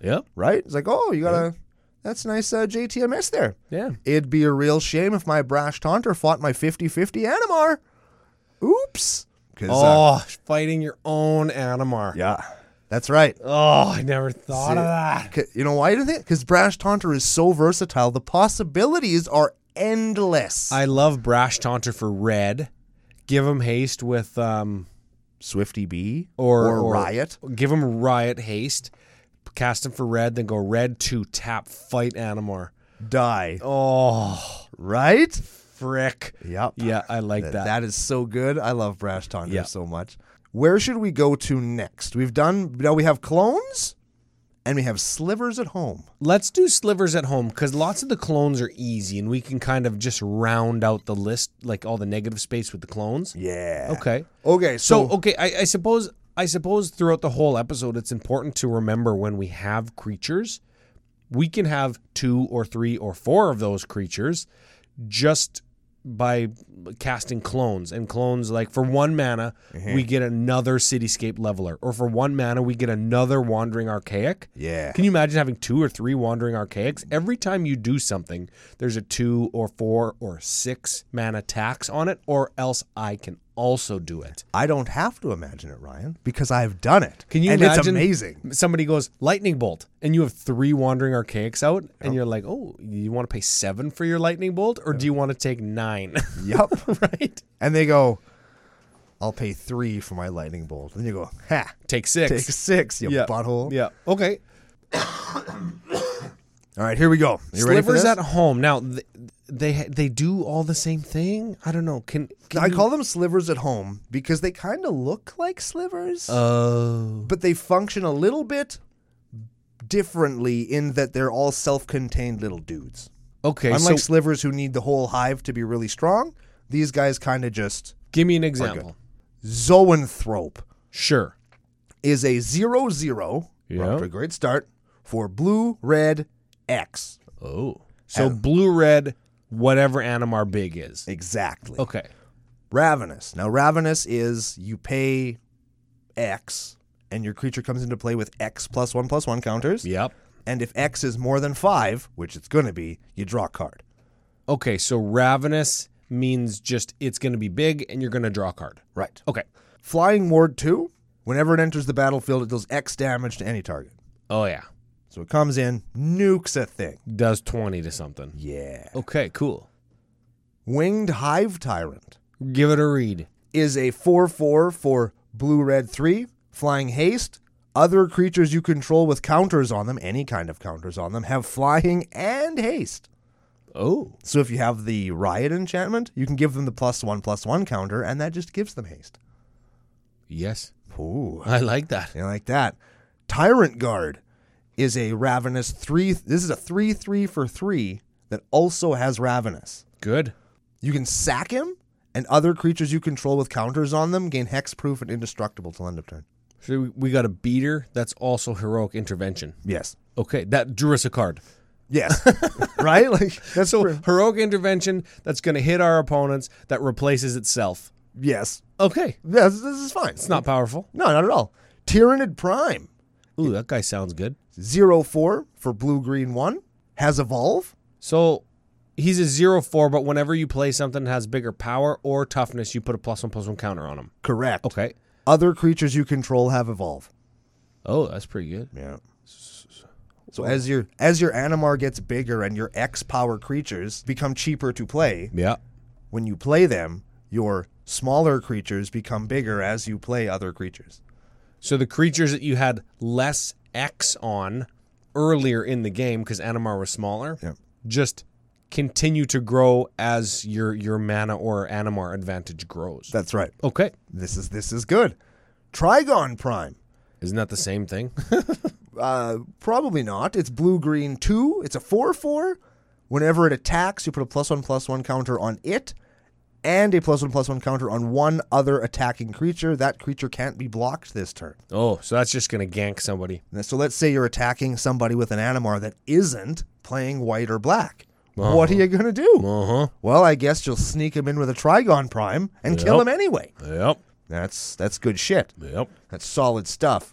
Yep. Right? It's like, oh, you got to That's nice uh, JTMS there. Yeah. It'd be a real shame if my brash taunter fought my 50-50 Animar. Oops. 'Cause, uh, Oh, fighting your own Animar. yeah, that's right. Oh, I never thought of See, that. C- You know why you didn't think? Because brash taunter is so versatile. The possibilities are endless. I love Brash Taunter for red. Give him haste with um Swifty B or, or Riot. Give him riot haste. Cast him for red, then go red to tap fight Animar. Die. Oh, Right? frick. Yep. Yeah, I like that. that is so good. I love Brash Tonga Yeah. so much. Where should we go to next? We've done now we have clones and we have slivers at home. Let's do slivers at home because lots of the clones are easy, and we can kind of just round out the list, like all the negative space with the clones. Yeah. Okay. Okay, So so, okay, I, I suppose I suppose throughout the whole episode, it's important to remember when we have creatures, we can have two or three or four of those creatures, just by casting clones and clones like for one mana Mm-hmm. we get another cityscape leveler or for one mana we get another wandering archaic Yeah. can you imagine having two or three wandering archaics every time you do something there's a two or four or six mana tax on it or else i can also do it I don't have to imagine it, Ryan, because I've done it. Can you and imagine? it's amazing. Somebody goes lightning bolt, and you have three wandering archaics out, and you're like, "Oh, you want to pay seven for your lightning bolt, or do you want to take nine? Yep. right? and they go, I'll pay three for my lightning bolt. And you go, ha, Take six. take six, you yeah. butthole. Yeah. Okay. All right, here we go. You ready for Slivers this? at home. Now th- they they do all the same thing. I don't know. Can, can I you- call them slivers at home because they kind of look like slivers. Oh. but they function a little bit differently in that they're all self-contained little dudes. Okay. Unlike so slivers who need the whole hive to be really strong, these guys kind of just give me an example. zoanthrope Sure. is a zero zero. We're off Yeah. to a great start for blue red X Oh. So blue red, whatever Animar big is. exactly. Okay. Ravenous. Now ravenous is you pay X and your creature comes into play with X plus one plus one counters. Yep. And if X is more than five, which it's going to be, you draw a card. Okay, so ravenous means just it's going to be big and you're going to draw a card. Right. Okay. Flying Ward 2, whenever it enters the battlefield, it deals X damage to any target. Oh yeah, So it comes in, nukes a thing. does twenty to something. Yeah. Okay, cool. Winged Hive Tyrant Give it a read. is a 4 4 for blue red 3, flying haste. Other creatures you control with counters on them, any kind of counters on them, have flying and haste. Oh, So if you have the Riot enchantment, you can give them the plus one plus one counter, and that just gives them haste. yes, Ooh. I like that. You know, like that. Tyrant Guard is a Ravenous three. This is a three three for three that also has Ravenous. Good. You can sack him, and other creatures you control with counters on them gain hexproof and indestructible till end of turn. So we- we got a beater. That's also heroic intervention. Yes, Okay, that drew us a card. yes, right. Like that's So where- heroic intervention that's going to hit our opponents that replaces itself. yes, Okay, yes. This is fine. it's not powerful. No, not at all. Tyranid Prime Ooh, that guy sounds good. zero four for blue green one has evolve. So he's a zero four, but whenever you play something that has bigger power or toughness, you put a plus one plus one counter on him. Correct. Okay. Other creatures you control have evolve. Oh, that's pretty good. Yeah. So as your as your Animar gets bigger and your X power creatures become cheaper to play, Yeah. when you play them, your smaller creatures become bigger as you play other creatures. So the creatures that you had less X on earlier in the game because Animar was smaller, Yeah. just continue to grow as your your mana or Animar advantage grows. That's right. okay. This is this is good. Trigon Prime. Isn't that the same thing? Uh, probably not. It's blue green two. It's a four four. Whenever it attacks, you put a plus one plus one counter on it and a plus one plus one counter on one other attacking creature. That creature can't be blocked this turn. Oh, so that's just going to gank somebody. And So let's say you're attacking somebody with an Animar that isn't playing white or black. Uh-huh. What are you going to do? Uh huh. Well, I guess you'll sneak him in with a Trigon Prime and kill Yep. him anyway. Yep. That's that's good shit. Yep. That's solid stuff.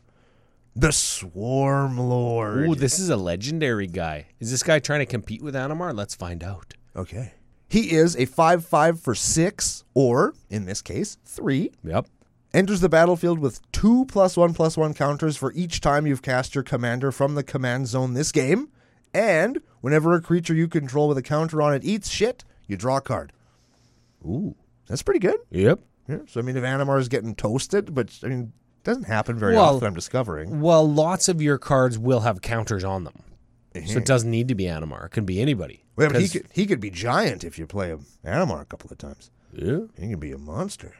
The Swarm Lord. Ooh, this is a legendary guy. Is this guy trying to compete with Animar? Let's find out. Okay. He is a 5 5 for 6, or in this case, 3. Yep. Enters the battlefield with two plus one plus one counters for each time you've cast your commander from the command zone this game. And whenever a creature you control with a counter on it eats shit, you draw a card. Ooh. That's pretty good. Yep. Yeah. So, I mean, if Animar is getting toasted, but I mean, it doesn't happen very Well- often, I'm discovering. Well, lots of your cards will have counters on them. So it doesn't need to be Animar. It can be anybody. Mm-hmm. Well, but he 'Cause- could, he could be giant if you play him Animar a couple of times. Yeah. He can be a monster.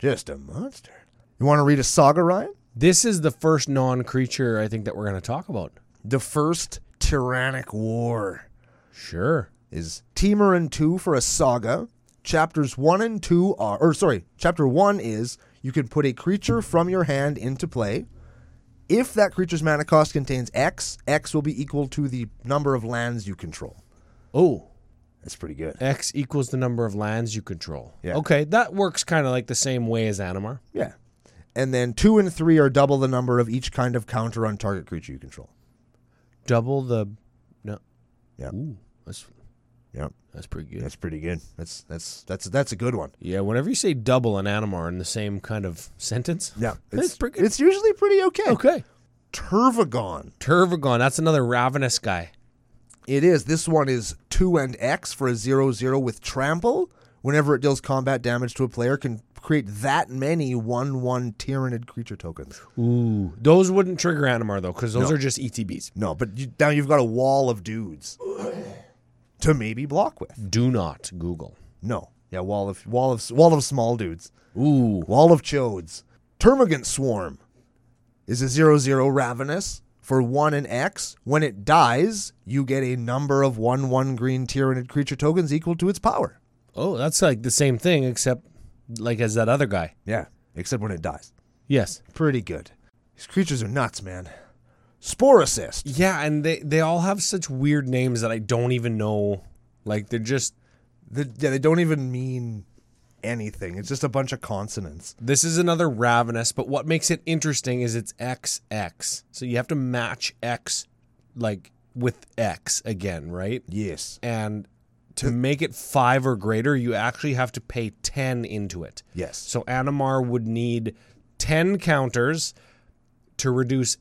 Just a monster. You want to read a saga, Ryan? This is the first non creature I think that we're going to talk about. The first Tyrannic War Sure. is Teamer and 2 for a saga. Chapters 1 and 2 are, or sorry, chapter 1 is you can put a creature from your hand into play. If that creature's mana cost contains X, X will be equal to the number of lands you control. Oh, That's pretty good. X equals the number of lands you control. Yeah. Okay, that works kind of like the same way as Animar. Yeah. And then 2 and 3 are double the number of each kind of counter on target creature you control. Double the. No. Yeah. Ooh, that's Yep. that's pretty good. That's pretty good. That's that's that's that's a good one. Yeah. Whenever you say double and Animar in the same kind of sentence. Yeah, That's it's pretty good. It's usually pretty okay. Okay. Turvagon. Turvagon. That's another ravenous guy. It is. This one is two and X for a zero zero with trample. Whenever it deals combat damage to a player, can create that many one one Tyranid creature tokens. Ooh, those wouldn't trigger Animar though, because those are just E ETBs. No, but you, now you've got a wall of dudes to maybe block with. Do not Google. No, yeah, wall of wall of wall of small dudes, Ooh. wall of chodes. Termagant Swarm is a zero zero ravenous for one and X. When it dies, you get a number of one one green Tyranid creature tokens equal to its power. Oh, that's like the same thing, except like as that other guy. Yeah, except when it dies. Yes. Pretty good. These creatures are nuts, man. Sporicist. Yeah, and they they all have such weird names that I don't even know. Like they're just. The, yeah, they don't even mean anything. It's just a bunch of consonants. This is another ravenous, but what makes it interesting is it's XX. So you have to match X, like with X again, right? Yes. And to make it five or greater, you actually have to pay ten into it. Yes. So Animar would need 10 counters to reduce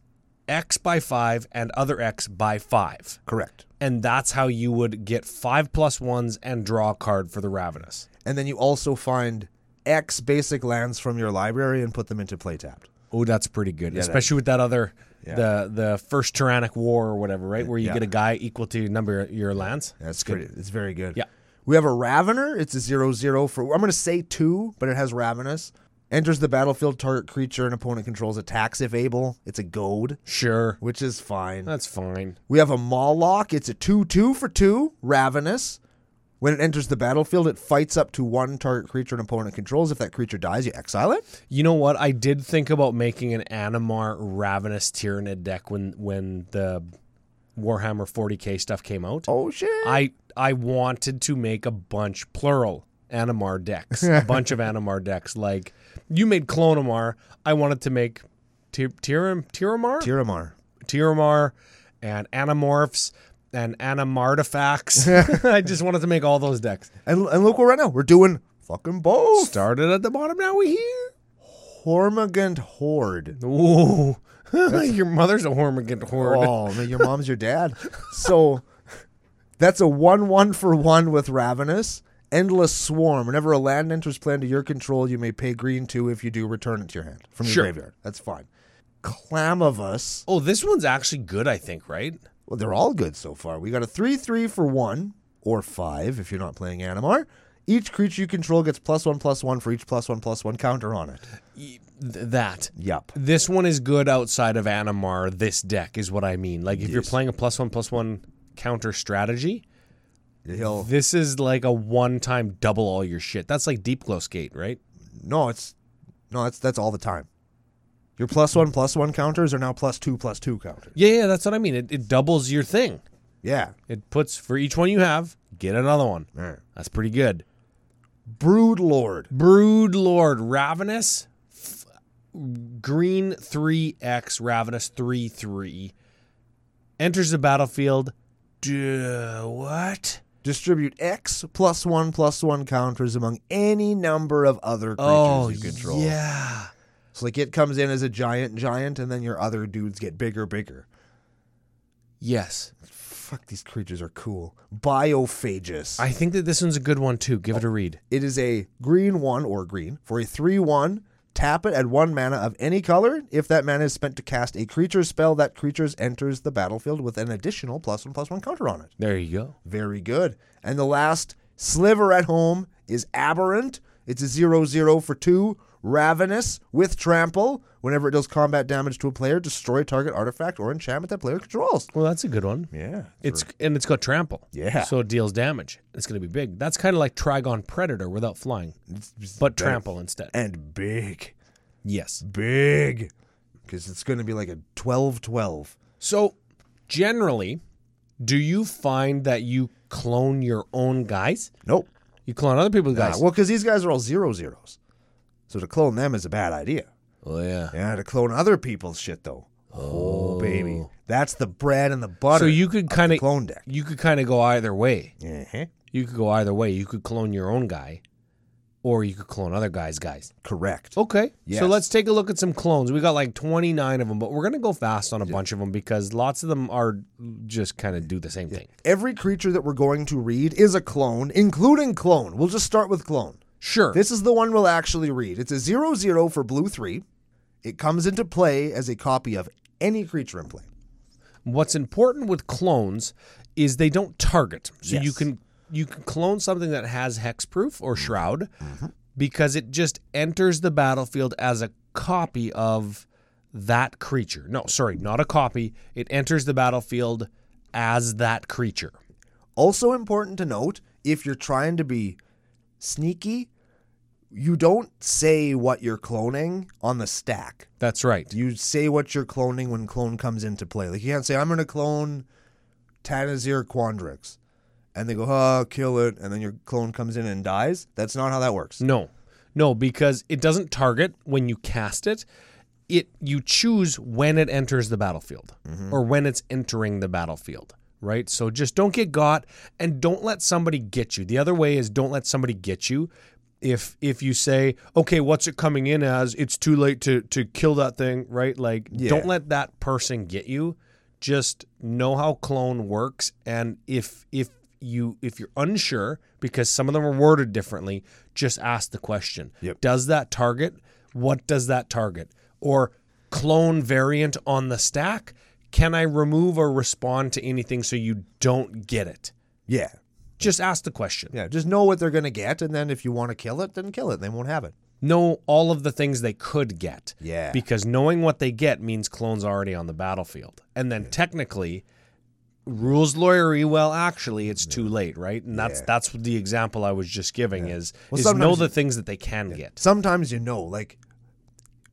X by 5 and other X by 5. Correct. And that's how you would get 5 plus 1s and draw a card for the Ravenous. And then you also find X basic lands from your library and put them into play tapped. Oh, that's pretty good. Especially with that other the the first Tyrannic War or whatever, right? Where you Yeah. get a guy equal to number of your lands. That's good. it's very good. Yeah. We have a Ravener. It's a zero zero for I'm gonna say two, but it has Ravenous. Enters the battlefield, target creature and opponent controls attacks if able. It's a goad, Sure. which is fine. That's fine. We have a Moloch. It's a 2 2 for 2, Ravenous. When it enters the battlefield, it fights up to one target creature an opponent controls. If that creature dies, you exile it. You know what? I did think about making an Animar Ravenous Tyranid deck when when the Warhammer 40K stuff came out. Oh, shit. I I wanted to make a bunch plural Animar decks, a bunch of Animar decks. Like you made Clonomar, I wanted to make Tir- Tiram Tiramar, Tiramar. Tiramar, and Animorphs and Animartifacts. I just wanted to make all those decks. And, and look where right now. We're doing fucking both. Started at the bottom, now we here. Hormigant Horde. Ooh, your mother's a hormigant horde. Oh, man, your mom's your dad. So that's a 1 1 for 1 with Ravenous. Endless Swarm. Whenever a land enters play into your control, you may pay green 2 if you do return it to your hand from your Sure. graveyard. That's fine. Clamavus. Oh, this one's actually good, I think. Right? Well, they're all good so far. We got a 3 3 for 1, or 5 if you're not playing Animar. Each creature you control gets plus 1 plus 1 for each plus 1 plus 1 counter on it. Y- th- that. Yup. this one is good outside of Animar. This deck is what I mean. Like if you're playing a plus one plus one counter strategy, He'll This is like a one time double all your shit. That's like deep glow skate, right? no, it's no, that's that's all the time. Your plus one plus one counters are now plus two plus two counters. Yeah, yeah, that's what I mean. It, it doubles your thing. Yeah. It puts for each one you have, get another one. Alright. That's pretty good. Brood Lord. Brood Lord Ravenous, f- green 3x, Ravenous 3 3. Enters the battlefield. Duh, what? Distribute X plus one plus one counters among any number of other creatures Oh, you control. yeah. So like it comes in as a giant giant, and then your other dudes get bigger, bigger. Yes. Fuck, these creatures are cool. Biophagus. I think that this one's a good one, too. Give it a read. It is a green one or green for a 3 1. Tap it at one mana of any color. If that mana is spent to cast a creature spell, that creature enters the battlefield with an additional plus one plus one counter on it. There you go. Very good. And the last sliver at home is Aberrant. It's a 0 0 for 2. Ravenous with Trample. Whenever it does combat damage to a player, destroy target artifact or enchantment that player controls. Well, that's a good one. Yeah. It's and it's got trample. Yeah. So it deals damage. It's going to be big. That's kind of like Trigon Predator without flying, but trample instead. And big. Yes. Big. Because it's going to be like a 12 12. So generally, do you find that you clone your own guys? Nope. You clone other people's Nah, guys? well, because these guys are all zero zeros. So to clone them is a bad idea. Oh yeah. Yeah, to clone other people's shit, though. Oh, baby. That's the bread and the butter. So you could kind of clone deck. you could kind of go either way. Uh-huh. You could go either way. You could clone your own guy, or you could clone other guys' guys. Correct. Okay. Yes. So let's take a look at some clones. We got like 29 of them, but we're going to go fast on a bunch of them because lots of them are just kind of do the same thing. Every creature that we're going to read is a clone, including clone. We'll just start with clone. Sure. This is the one we'll actually read. It's a zero zero for blue 3. It comes into play as a copy of any creature in play. What's important with clones is they don't target. So you Yes. can you can clone something that has hexproof or shroud because it just enters the battlefield as a copy of that creature. No, sorry, not a copy. It enters the battlefield as that creature. Also important to note, if you're trying to be sneaky, you don't say what you're cloning on the stack. That's right. You say what you're cloning when clone comes into play. Like you can't say, I'm gonna clone Tanazir Quandrix. And they go, oh, kill it, and then your clone comes in and dies. That's not how that works. No, no, because it doesn't target when you cast it. It you choose when it enters the battlefield or when it's entering the battlefield, right? So just don't get got and don't let somebody get you. The other way is don't let somebody get you. If if you say okay, what's it coming in as? It's too late to to kill that thing, right? Like don't let that person get you. Just know how clone works, and if if you if you're unsure because some of them are worded differently just ask the question Yep. does that target what does that target or clone variant on the stack can i remove or respond to anything so you don't get it Yeah. just ask the question Yeah. Just know what they're gonna get, and then if you wanna kill it, then kill it. They won't have it. know all of the things they could get Yeah. because knowing what they get means clones already on the battlefield and then technically rules lawyery well actually it's too late right and that's that's the example i was just giving is Well, is know sometimes the things that they can get Sometimes you know, like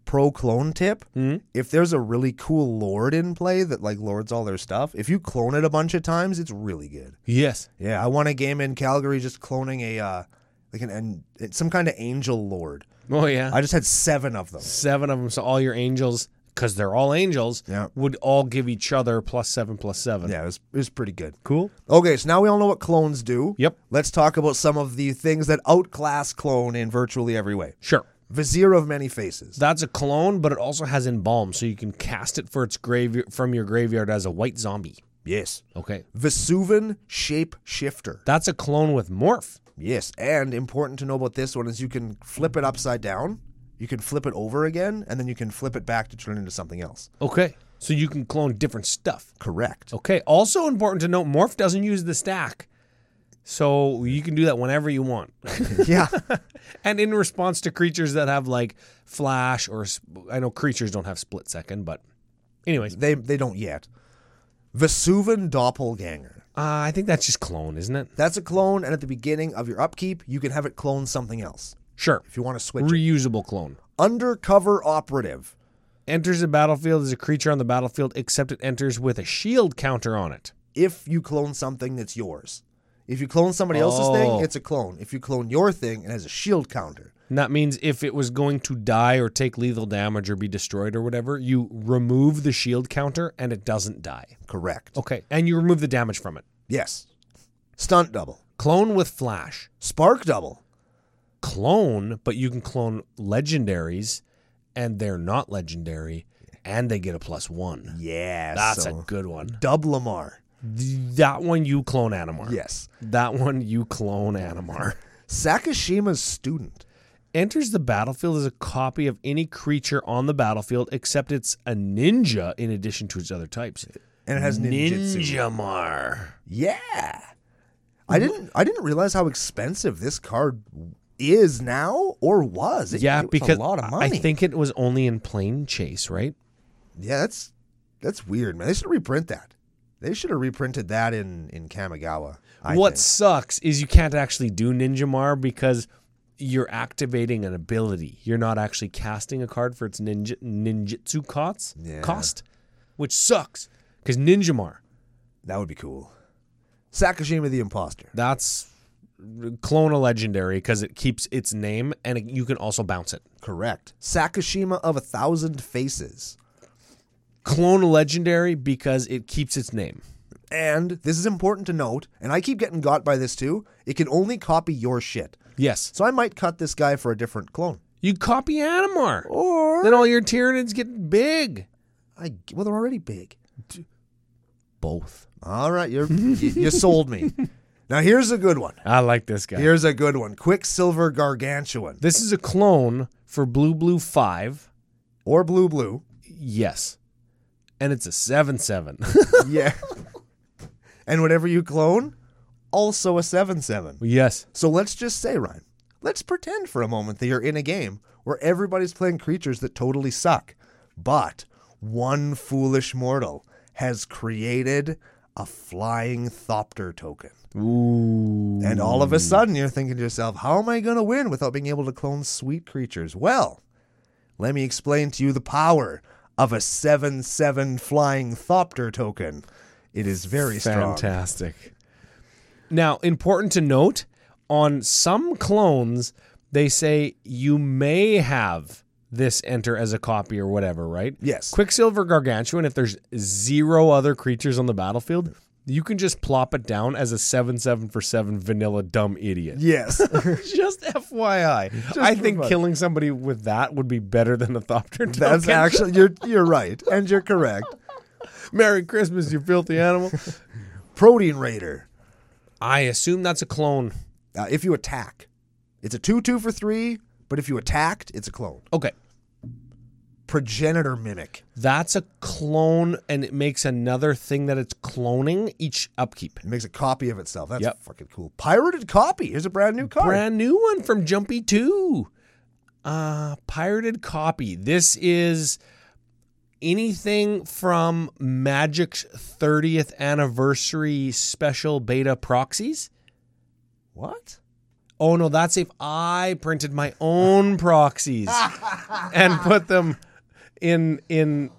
pro clone tip, if there's a really cool lord in play that like lords all their stuff, if you clone it a bunch of times, it's really good. yes Yeah, I won a game in Calgary just cloning a uh like an, an some kind of angel lord. oh yeah I just had seven of them. seven of them so all your angels because they're all angels Yeah. would all give each other plus seven plus seven Yeah, it was, it was pretty good. cool Okay, so now we all know what clones do. Yep. Let's talk about some of the things that outclass clone in virtually every way. sure Vizier of many faces. That's a clone, but it also has embalm, so you can cast it for its grave from your graveyard as a white zombie. Yes. Okay, Vesuvan shape shifter. that's a clone with morph. Yes, and important to know about this one is you can flip it upside down, you can flip it over again, and then you can flip it back to turn it into something else. Okay, so you can clone different stuff. Correct. Okay, also important to note, morph doesn't use the stack, so you can do that whenever you want. yeah. and in response to creatures that have like flash or sp- I know creatures don't have split second, but anyways, uh, They they don't yet. Vesuvan doppelganger. Uh, I think that's just clone, isn't it? That's a clone, and at the beginning of your upkeep, you can have it clone something else Sure. if you want to switch. it. Reusable clone. Undercover operative. Enters the battlefield as a creature on the battlefield, except it enters with a shield counter on it. If you clone something that's yours, if you clone somebody else's Oh. thing, it's a clone. If you clone your thing, it has a shield counter. And that means if it was going to die or take lethal damage or be destroyed or whatever, you remove the shield counter and it doesn't die. Correct. Okay. And you remove the damage from it. Yes. Stunt double. Clone with flash. Spark double. Clone, but you can clone legendaries and they're not legendary and they get a plus one. Yeah. That's so. a good one. Dub Lamar. That one you clone Animar. Yes. That one you clone Animar. Sakashima's student. enters the battlefield as a copy of any creature on the battlefield, except it's a ninja in addition to its other types. And it has ninjutsu. Ninjamar. Yeah. I didn't I didn't realize how expensive this card is now or was. It, Yeah, it was because a lot of I money. think it was only in plane chase, right? yeah, that's that's weird, man. They should reprint that. They should have reprinted that in in Kamigawa. I what think. sucks is you can't actually do Ninjamar because you're activating an ability. You're not actually casting a card for its ninja ninjutsu cost, Yeah. cost which sucks because Ninjamar, that would be cool. Sakashima the imposter. that's clone a legendary because it keeps its name and it, you can also bounce it. Correct. Sakashima of a thousand faces. clone a legendary because it keeps its name. And this is important to note, and I keep getting got by this too. It can only copy your shit. Yes. So I might cut this guy for a different clone. You copy Animar. Or Then all your Tyranids get big. I well they're already big. Both. All right, you're, you you sold me. Now here's a good one. I like this guy. Here's a good one. Quicksilver Gargantuan This is a clone for Blue Blue 5. or Blue Blue. Yes. And it's a 7 7. Yeah. and whatever you clone, also a seven seven. yes. So let's just say, Ryan, let's pretend for a moment that you're in a game where everybody's playing creatures that totally suck, but one foolish mortal has created a flying Thopter token. Ooh. And all of a sudden, you're thinking to yourself, how am I going to win without being able to clone sweet creatures? Well, let me explain to you the power of a 7 7 flying Thopter token. It is very strong. Fantastic. Now, important to note on some clones, they say you may have this enter as a copy or whatever, right? Yes. Quicksilver Gargantuan, if there's zero other creatures on the battlefield, you can just plop it down as a 7 7 for 7 vanilla dumb idiot. Yes. Just FYI. I think killing somebody with that would be better than a Thopter. That's token. actually, you're, you're right. And you're correct. Merry Christmas, you filthy animal. Protein Raider. I assume that's a clone. Uh, if you attack, it's a 2 2 for 3, but if you attacked, it's a clone. Okay. Progenitor Mimic. That's a clone, and it makes another thing that it's cloning each upkeep. It makes a copy of itself. That's Yep. fucking cool. Pirated copy. Here's a brand new card. Brand new one from Jumpy 2. Uh, pirated copy. This is anything from Magic's 30th anniversary special beta proxies. what? Oh no, that's if I printed my own proxies and put them in in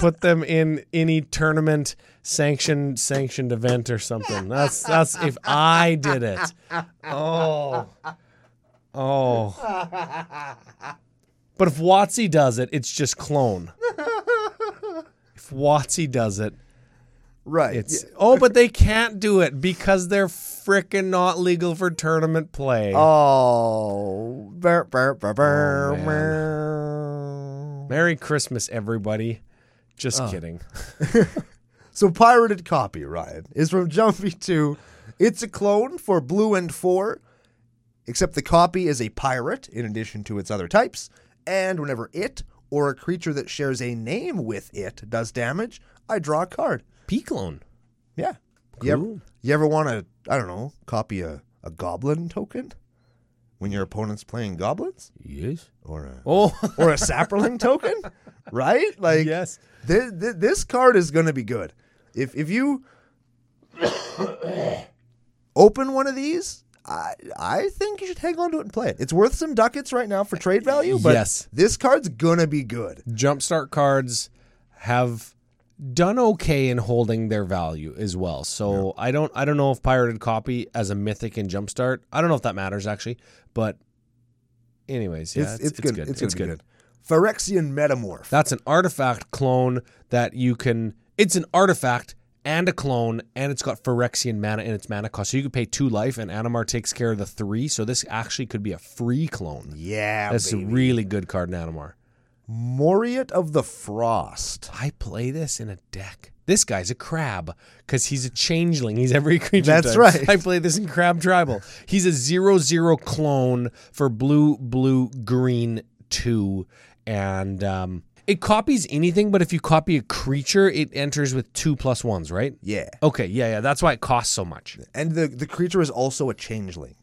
put them in any tournament sanctioned sanctioned event or something. That's that's if I did it. Oh. Oh. But if Watsy does it, it's just clone. If Watsy does it, Right. it's oh, but they can't do it because they're frickin' not legal for tournament play. Oh, burr, burr, burr, burr, Oh, man. burr. Merry Christmas, everybody. Just Uh. kidding. so pirated copy, Ryan, is from Jumpy Two. It's a clone for Blue and Four, except the copy is a pirate in addition to its other types. And whenever it or a creature that shares a name with it does damage, I draw a card. P clone. Yeah. You ever, Cool. you ever want to, I don't know, copy a, a goblin token? when your opponent's playing goblins Yes. or a, Oh, or a sapperling token, right? Like yes. This, this card is going to be good. If if you open one of these, I I think you should hang on to it and play it. It's worth some ducats right now for trade value, but Yes. this card's going to be good. Jumpstart cards have done okay in holding their value as well. So I don't I don't know if pirated copy as a mythic in Jumpstart. I don't know if that matters actually, but anyways, yeah, It's, it's, good. good. It's, gonna be good. Phyrexian Metamorph. That's an artifact clone that you can. It's an artifact and a clone, and it's got Phyrexian mana in its mana cost. So you could pay two life, and Animar takes care of the three. So this actually could be a free clone. Yeah, That's Ah, baby. a really good card in Animar. Moriot of the Frost. I play this in a deck. This guy's a crab because he's a changeling. He's every creature. That's type. right. I play this in Crab Tribal. He's a zero zero clone for blue, blue, green two, and um, it copies anything. But if you copy a creature, it enters with two plus ones, right? Yeah, Okay, yeah, yeah. That's why it costs so much. and the the creature is also a changeling.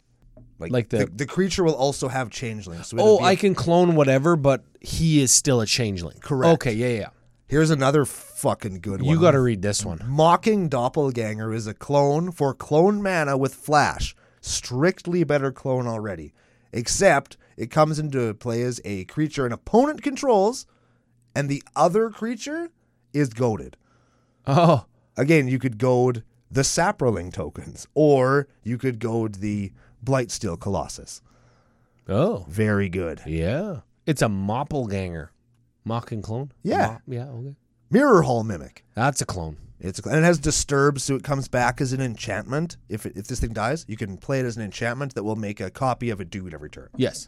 Like the- the, creature will also have changeling. So it'd Oh, be a I can clone whatever, but he is still a changeling. Correct. Okay, yeah, yeah. Here's another fucking good one. You got to read this one. Mocking Doppelganger is a clone for clone mana with Flash. Strictly better clone already. Except it comes into play as a creature an opponent controls, and the other creature is goaded. Oh, Again, you could goad the Saproling tokens, or you could goad the Blightsteel Colossus. oh. Very good. Yeah. It's a moppelganger. Mock and clone? Yeah. Mop- yeah, okay. Mirror Hall Mimic. That's a clone. It's and it has disturb, so it comes back as an enchantment. If it, if this thing dies, you can play it as an enchantment that will make a copy of a dude every turn. Yes.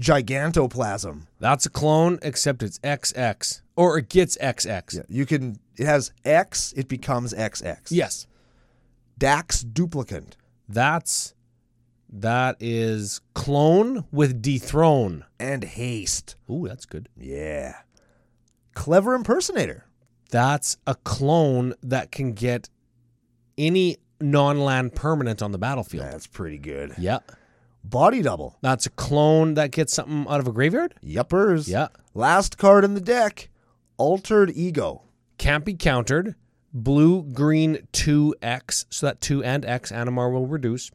Gigantoplasm. That's a clone, except it's XX. Or it gets XX. You can. It has X. It becomes XX. Yes. Dax duplicant. That's that is clone with dethrone. And haste. Ooh, that's good. Yeah. Clever impersonator. That's a clone that can get any non land permanent on the battlefield. That's pretty good. Yeah. Body double. That's a clone that gets something out of a graveyard? Yuppers. Yeah. Last card in the deck. Altered ego. can't be countered. Blue, green, 2x, so that 2 and x Animar will reduce.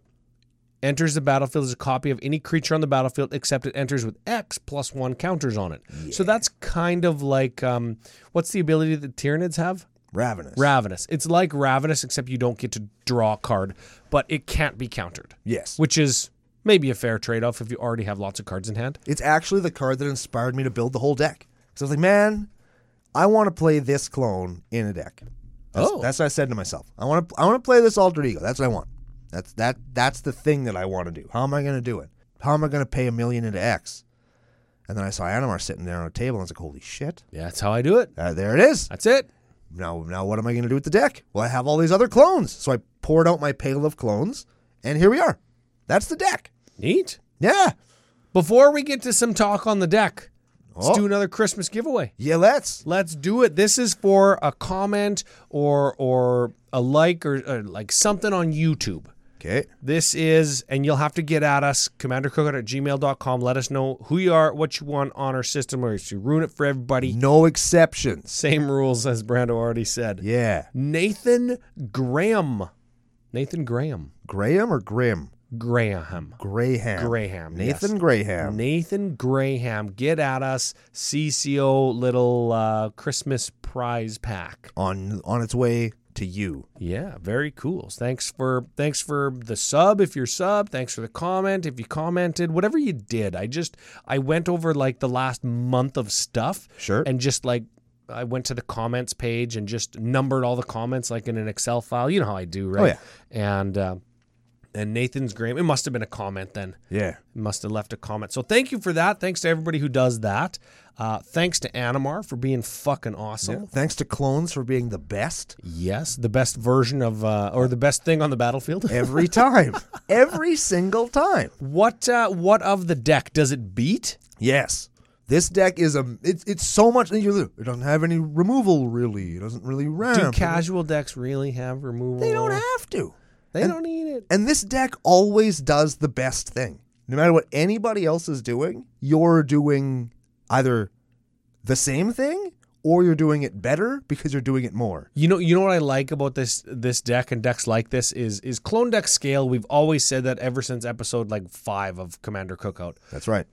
Enters the battlefield as a copy of any creature on the battlefield, except it enters with x plus 1 counters on it. So that's kind of like um, what's the ability that Tyranids have? Ravenous. Ravenous. It's like Ravenous, except you don't get to draw a card, but it can't be countered, yes. which is maybe a fair trade off if you already have lots of cards in hand. It's actually the card that inspired me to build the whole deck. So I was like, man, I want to play this clone in a deck. That's, Oh. that's what I said to myself. I want to I want to play this alter ego. That's what I want. That's that that's the thing that I want to do. How am I going to do it? How am I going to pay a million into X? And then I saw Animar sitting there on a table, and I was like, holy shit! Yeah, that's how I do it. Uh, there it is. That's it. Now now what am I going to do with the deck? Well, I have all these other clones, so I poured out my pail of clones, and here we are. That's the deck. Neat. Yeah. Before we get to some talk on the deck, Oh. let's do another Christmas giveaway. Yeah. Let's. Let's do it. This is for a comment or or a like or, or like something on YouTube. Okay. This is, and you'll have to get at us, commandercookout at gmail.com. Let us know who you are, what you want on our system, or if you ruin it for everybody. No exceptions. Same rules as Brando already said. Yeah. Nathan Graham. Nathan Graham. Graham or Grim? Graham. Graham. Graham, Nathan yes. Graham. Nathan Graham, get at us. CCO little uh, Christmas prize pack. on on its way to you. Yeah, very cool. Thanks for thanks for the sub if you're sub. Thanks for the comment if you commented. Whatever you did, I just I went over like the last month of stuff. Sure. And just like I went to the comments page and just numbered all the comments like in an Excel file. You know how I do, right? Oh, yeah. And uh, and Nathan's Graham. It must have been a comment then Yeah. must have left a comment. So thank you for that. Thanks to everybody who does that. Uh, thanks to Animar for being fucking awesome. Thanks to clones for being the best Yes, the best version of uh, or the best thing on the battlefield. every time. every single time. what uh, what of the deck does it beat? Yes. This deck is a it's it's so much it doesn't have any removal really. It doesn't really Do ramp. casual decks really have removal? they don't have to. They don't need it. And this deck always does the best thing. no matter what anybody else is doing, you're doing either the same thing or you're doing it better because you're doing it more. You know, you know what I like about this this deck and decks like this is is clone deck scale. We've always said that ever since episode like five of Commander Cookout. That's right.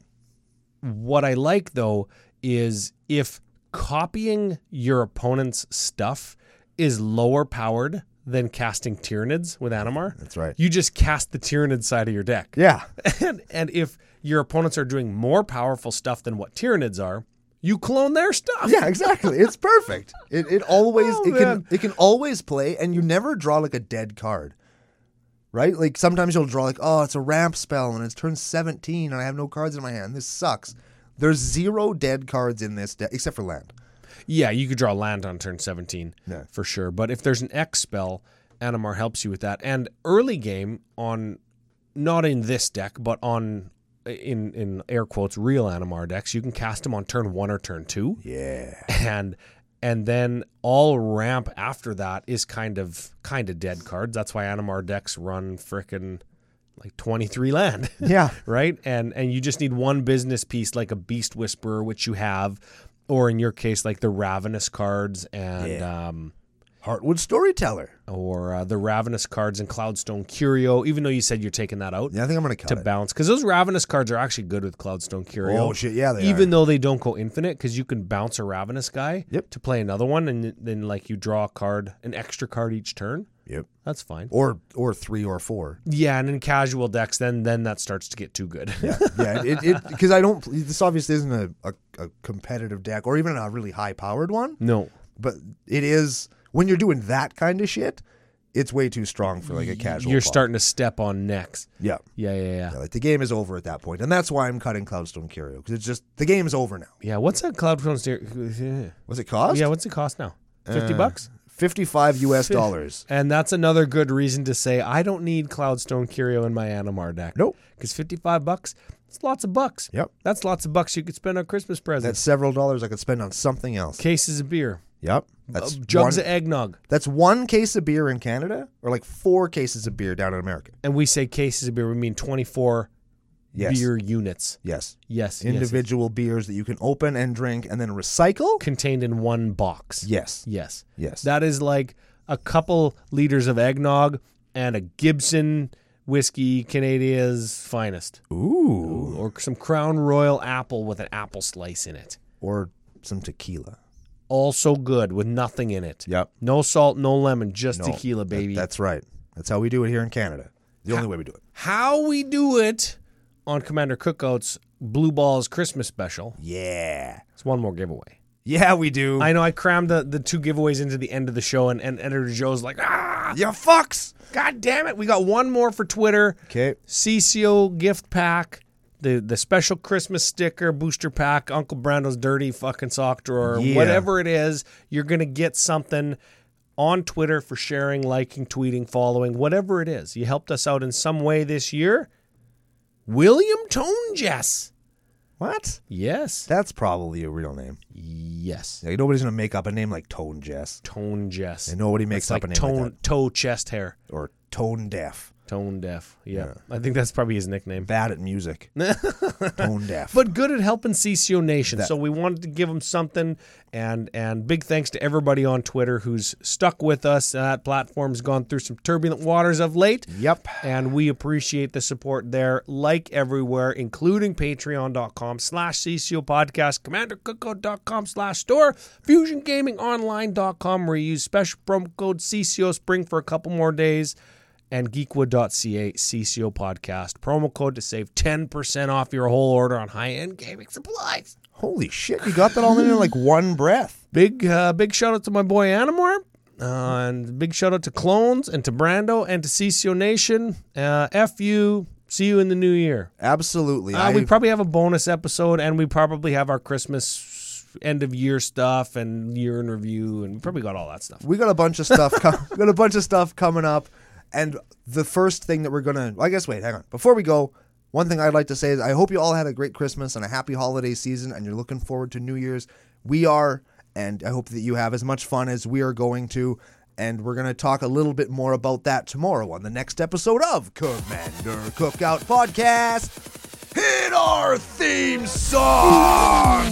What I like though is if copying your opponent's stuff is lower powered than casting Tyranids with Animar. That's right. You just cast the Tyranid side of your deck. Yeah. And, and if your opponents are doing more powerful stuff than what Tyranids are, you clone their stuff. Yeah, exactly. It's perfect. It, it always Oh, it man. can it can always play and you never draw like a dead card. Right? Like sometimes you'll draw like, oh, it's a ramp spell and it's turn 17 and I have no cards in my hand. This sucks. There's zero dead cards in this deck except for land. Yeah, you could draw land on turn 17 Yeah. for sure. But if there's an X spell, Animar helps you with that. And early game on, not in this deck, but on in in air quotes real Animar decks, you can cast them on turn one or turn two, Yeah. and and then all ramp after that is kind of kind of dead cards. That's why Animar decks run frickin' like 23 land. Yeah. right? And and you just need one business piece like a beast whisperer, which you have, or in your case, like the ravenous cards and um Heartwood Storyteller. or uh, the ravenous cards and Cloudstone Curio. Even though you said you're taking that out Yeah, I think I'm gonna cut to it. bounce, because those ravenous cards are actually good with Cloudstone Curio. Oh shit, yeah, they are. Even though they don't go infinite, because you can bounce a Ravenous guy Yep. to play another one, and then like you draw a card, an extra card each turn. Yep. That's fine. Or or three or four. Yeah, and in casual decks, then then that starts to get too good. Yeah, yeah. It because I don't. This obviously isn't a, a, a competitive deck or even a really high powered one. no, but it is when you're doing that kind of shit, it's way too strong for like a casual. you're plot. starting to step on necks. yeah. Yeah, yeah, yeah. Yeah, Like the game is over at that point, and that's why I'm cutting Cloudstone Curio because it's just the game's over now. Yeah, what's a cloud phone steer? Was it cost? Yeah, what's it cost now? Uh, 50 bucks? fifty-five U.S. dollars. And that's another good reason to say I don't need Cloudstone Curio in my Animar deck. Nope. Because 55 bucks, it's lots of bucks. Yep. That's lots of bucks you could spend on Christmas That's presents. several dollars I could spend on something else. Cases of beer, Yep. That's jugs one, of eggnog. That's one case of beer in Canada, or like four cases of beer down in America. And we say cases of beer, we mean 24 Yes. beer units. Yes. Yes. yes, yes. Individual beers that you can open and drink and then recycle. Contained in one box. Yes. Yes. Yes. That is like a couple liters of eggnog and a Gibson whiskey, Canada's finest, Ooh. or some Crown Royal apple with an apple slice in it. Or some tequila. Also good with nothing in it. Yep. No salt, no lemon, just No, tequila, that- baby. that's right. That's how we do it here in Canada. The Ah. only way we do it. How we do it on Commander Cookout's Blue Balls Christmas special. Yeah. It's one more giveaway. Yeah, we do. I know I crammed the, the two giveaways into the end of the show, and, and Editor Joe's like, ah, you fucks. god damn it. We got one more for Twitter. Okay. CCO gift pack, the the special Christmas sticker, booster pack, Uncle Brando's dirty fucking sock drawer, Yeah. whatever it is, you're gonna get something on Twitter for sharing, liking, tweeting, following, whatever it is. You helped us out in some way this year. William Tonejess. What? Yes. That's probably a real name. Yes. Like, nobody's gonna make up a name like Tone Jess. Tonejess. And nobody makes It's up like a name tone like toe chest hair. that. Or Tone Deaf. Tone deaf. yeah. I think that's probably his nickname. Bad at music. tone Deaf. but good at helping CCO Nation. So we wanted to give them something, and and big thanks to everybody on Twitter who's stuck with us. That platform's gone through some turbulent waters of late. yep. And we appreciate the support there, like everywhere, including patreon.com slash CCO podcast, commandercookout.com slash store, fusiongamingonline.com, where you use special promo code CCO spring for a couple more days, and geekwood.ca CCO podcast, promo code to save 10% off your whole order on high end gaming supplies. Holy shit, you got that all in like one breath. Big, uh, big shout out to my boy Animar. Uh, and big shout out to Clones and to Brando and to CCO Nation. Uh, F you. See you in the new year. Absolutely. Uh, I, we probably have a bonus episode and we probably have our Christmas end of year stuff and year in review and we probably got all that stuff. we got a bunch of stuff com- we got a bunch of stuff coming up and the first thing that we're gonna well, i guess wait hang on before we go one thing i'd like to say is i hope you all had a great christmas and a happy holiday season and you're looking forward to new year's we are and i hope that you have as much fun as we are going to and we're going to talk a little bit more about that tomorrow on the next episode of commander cookout podcast hit our theme song.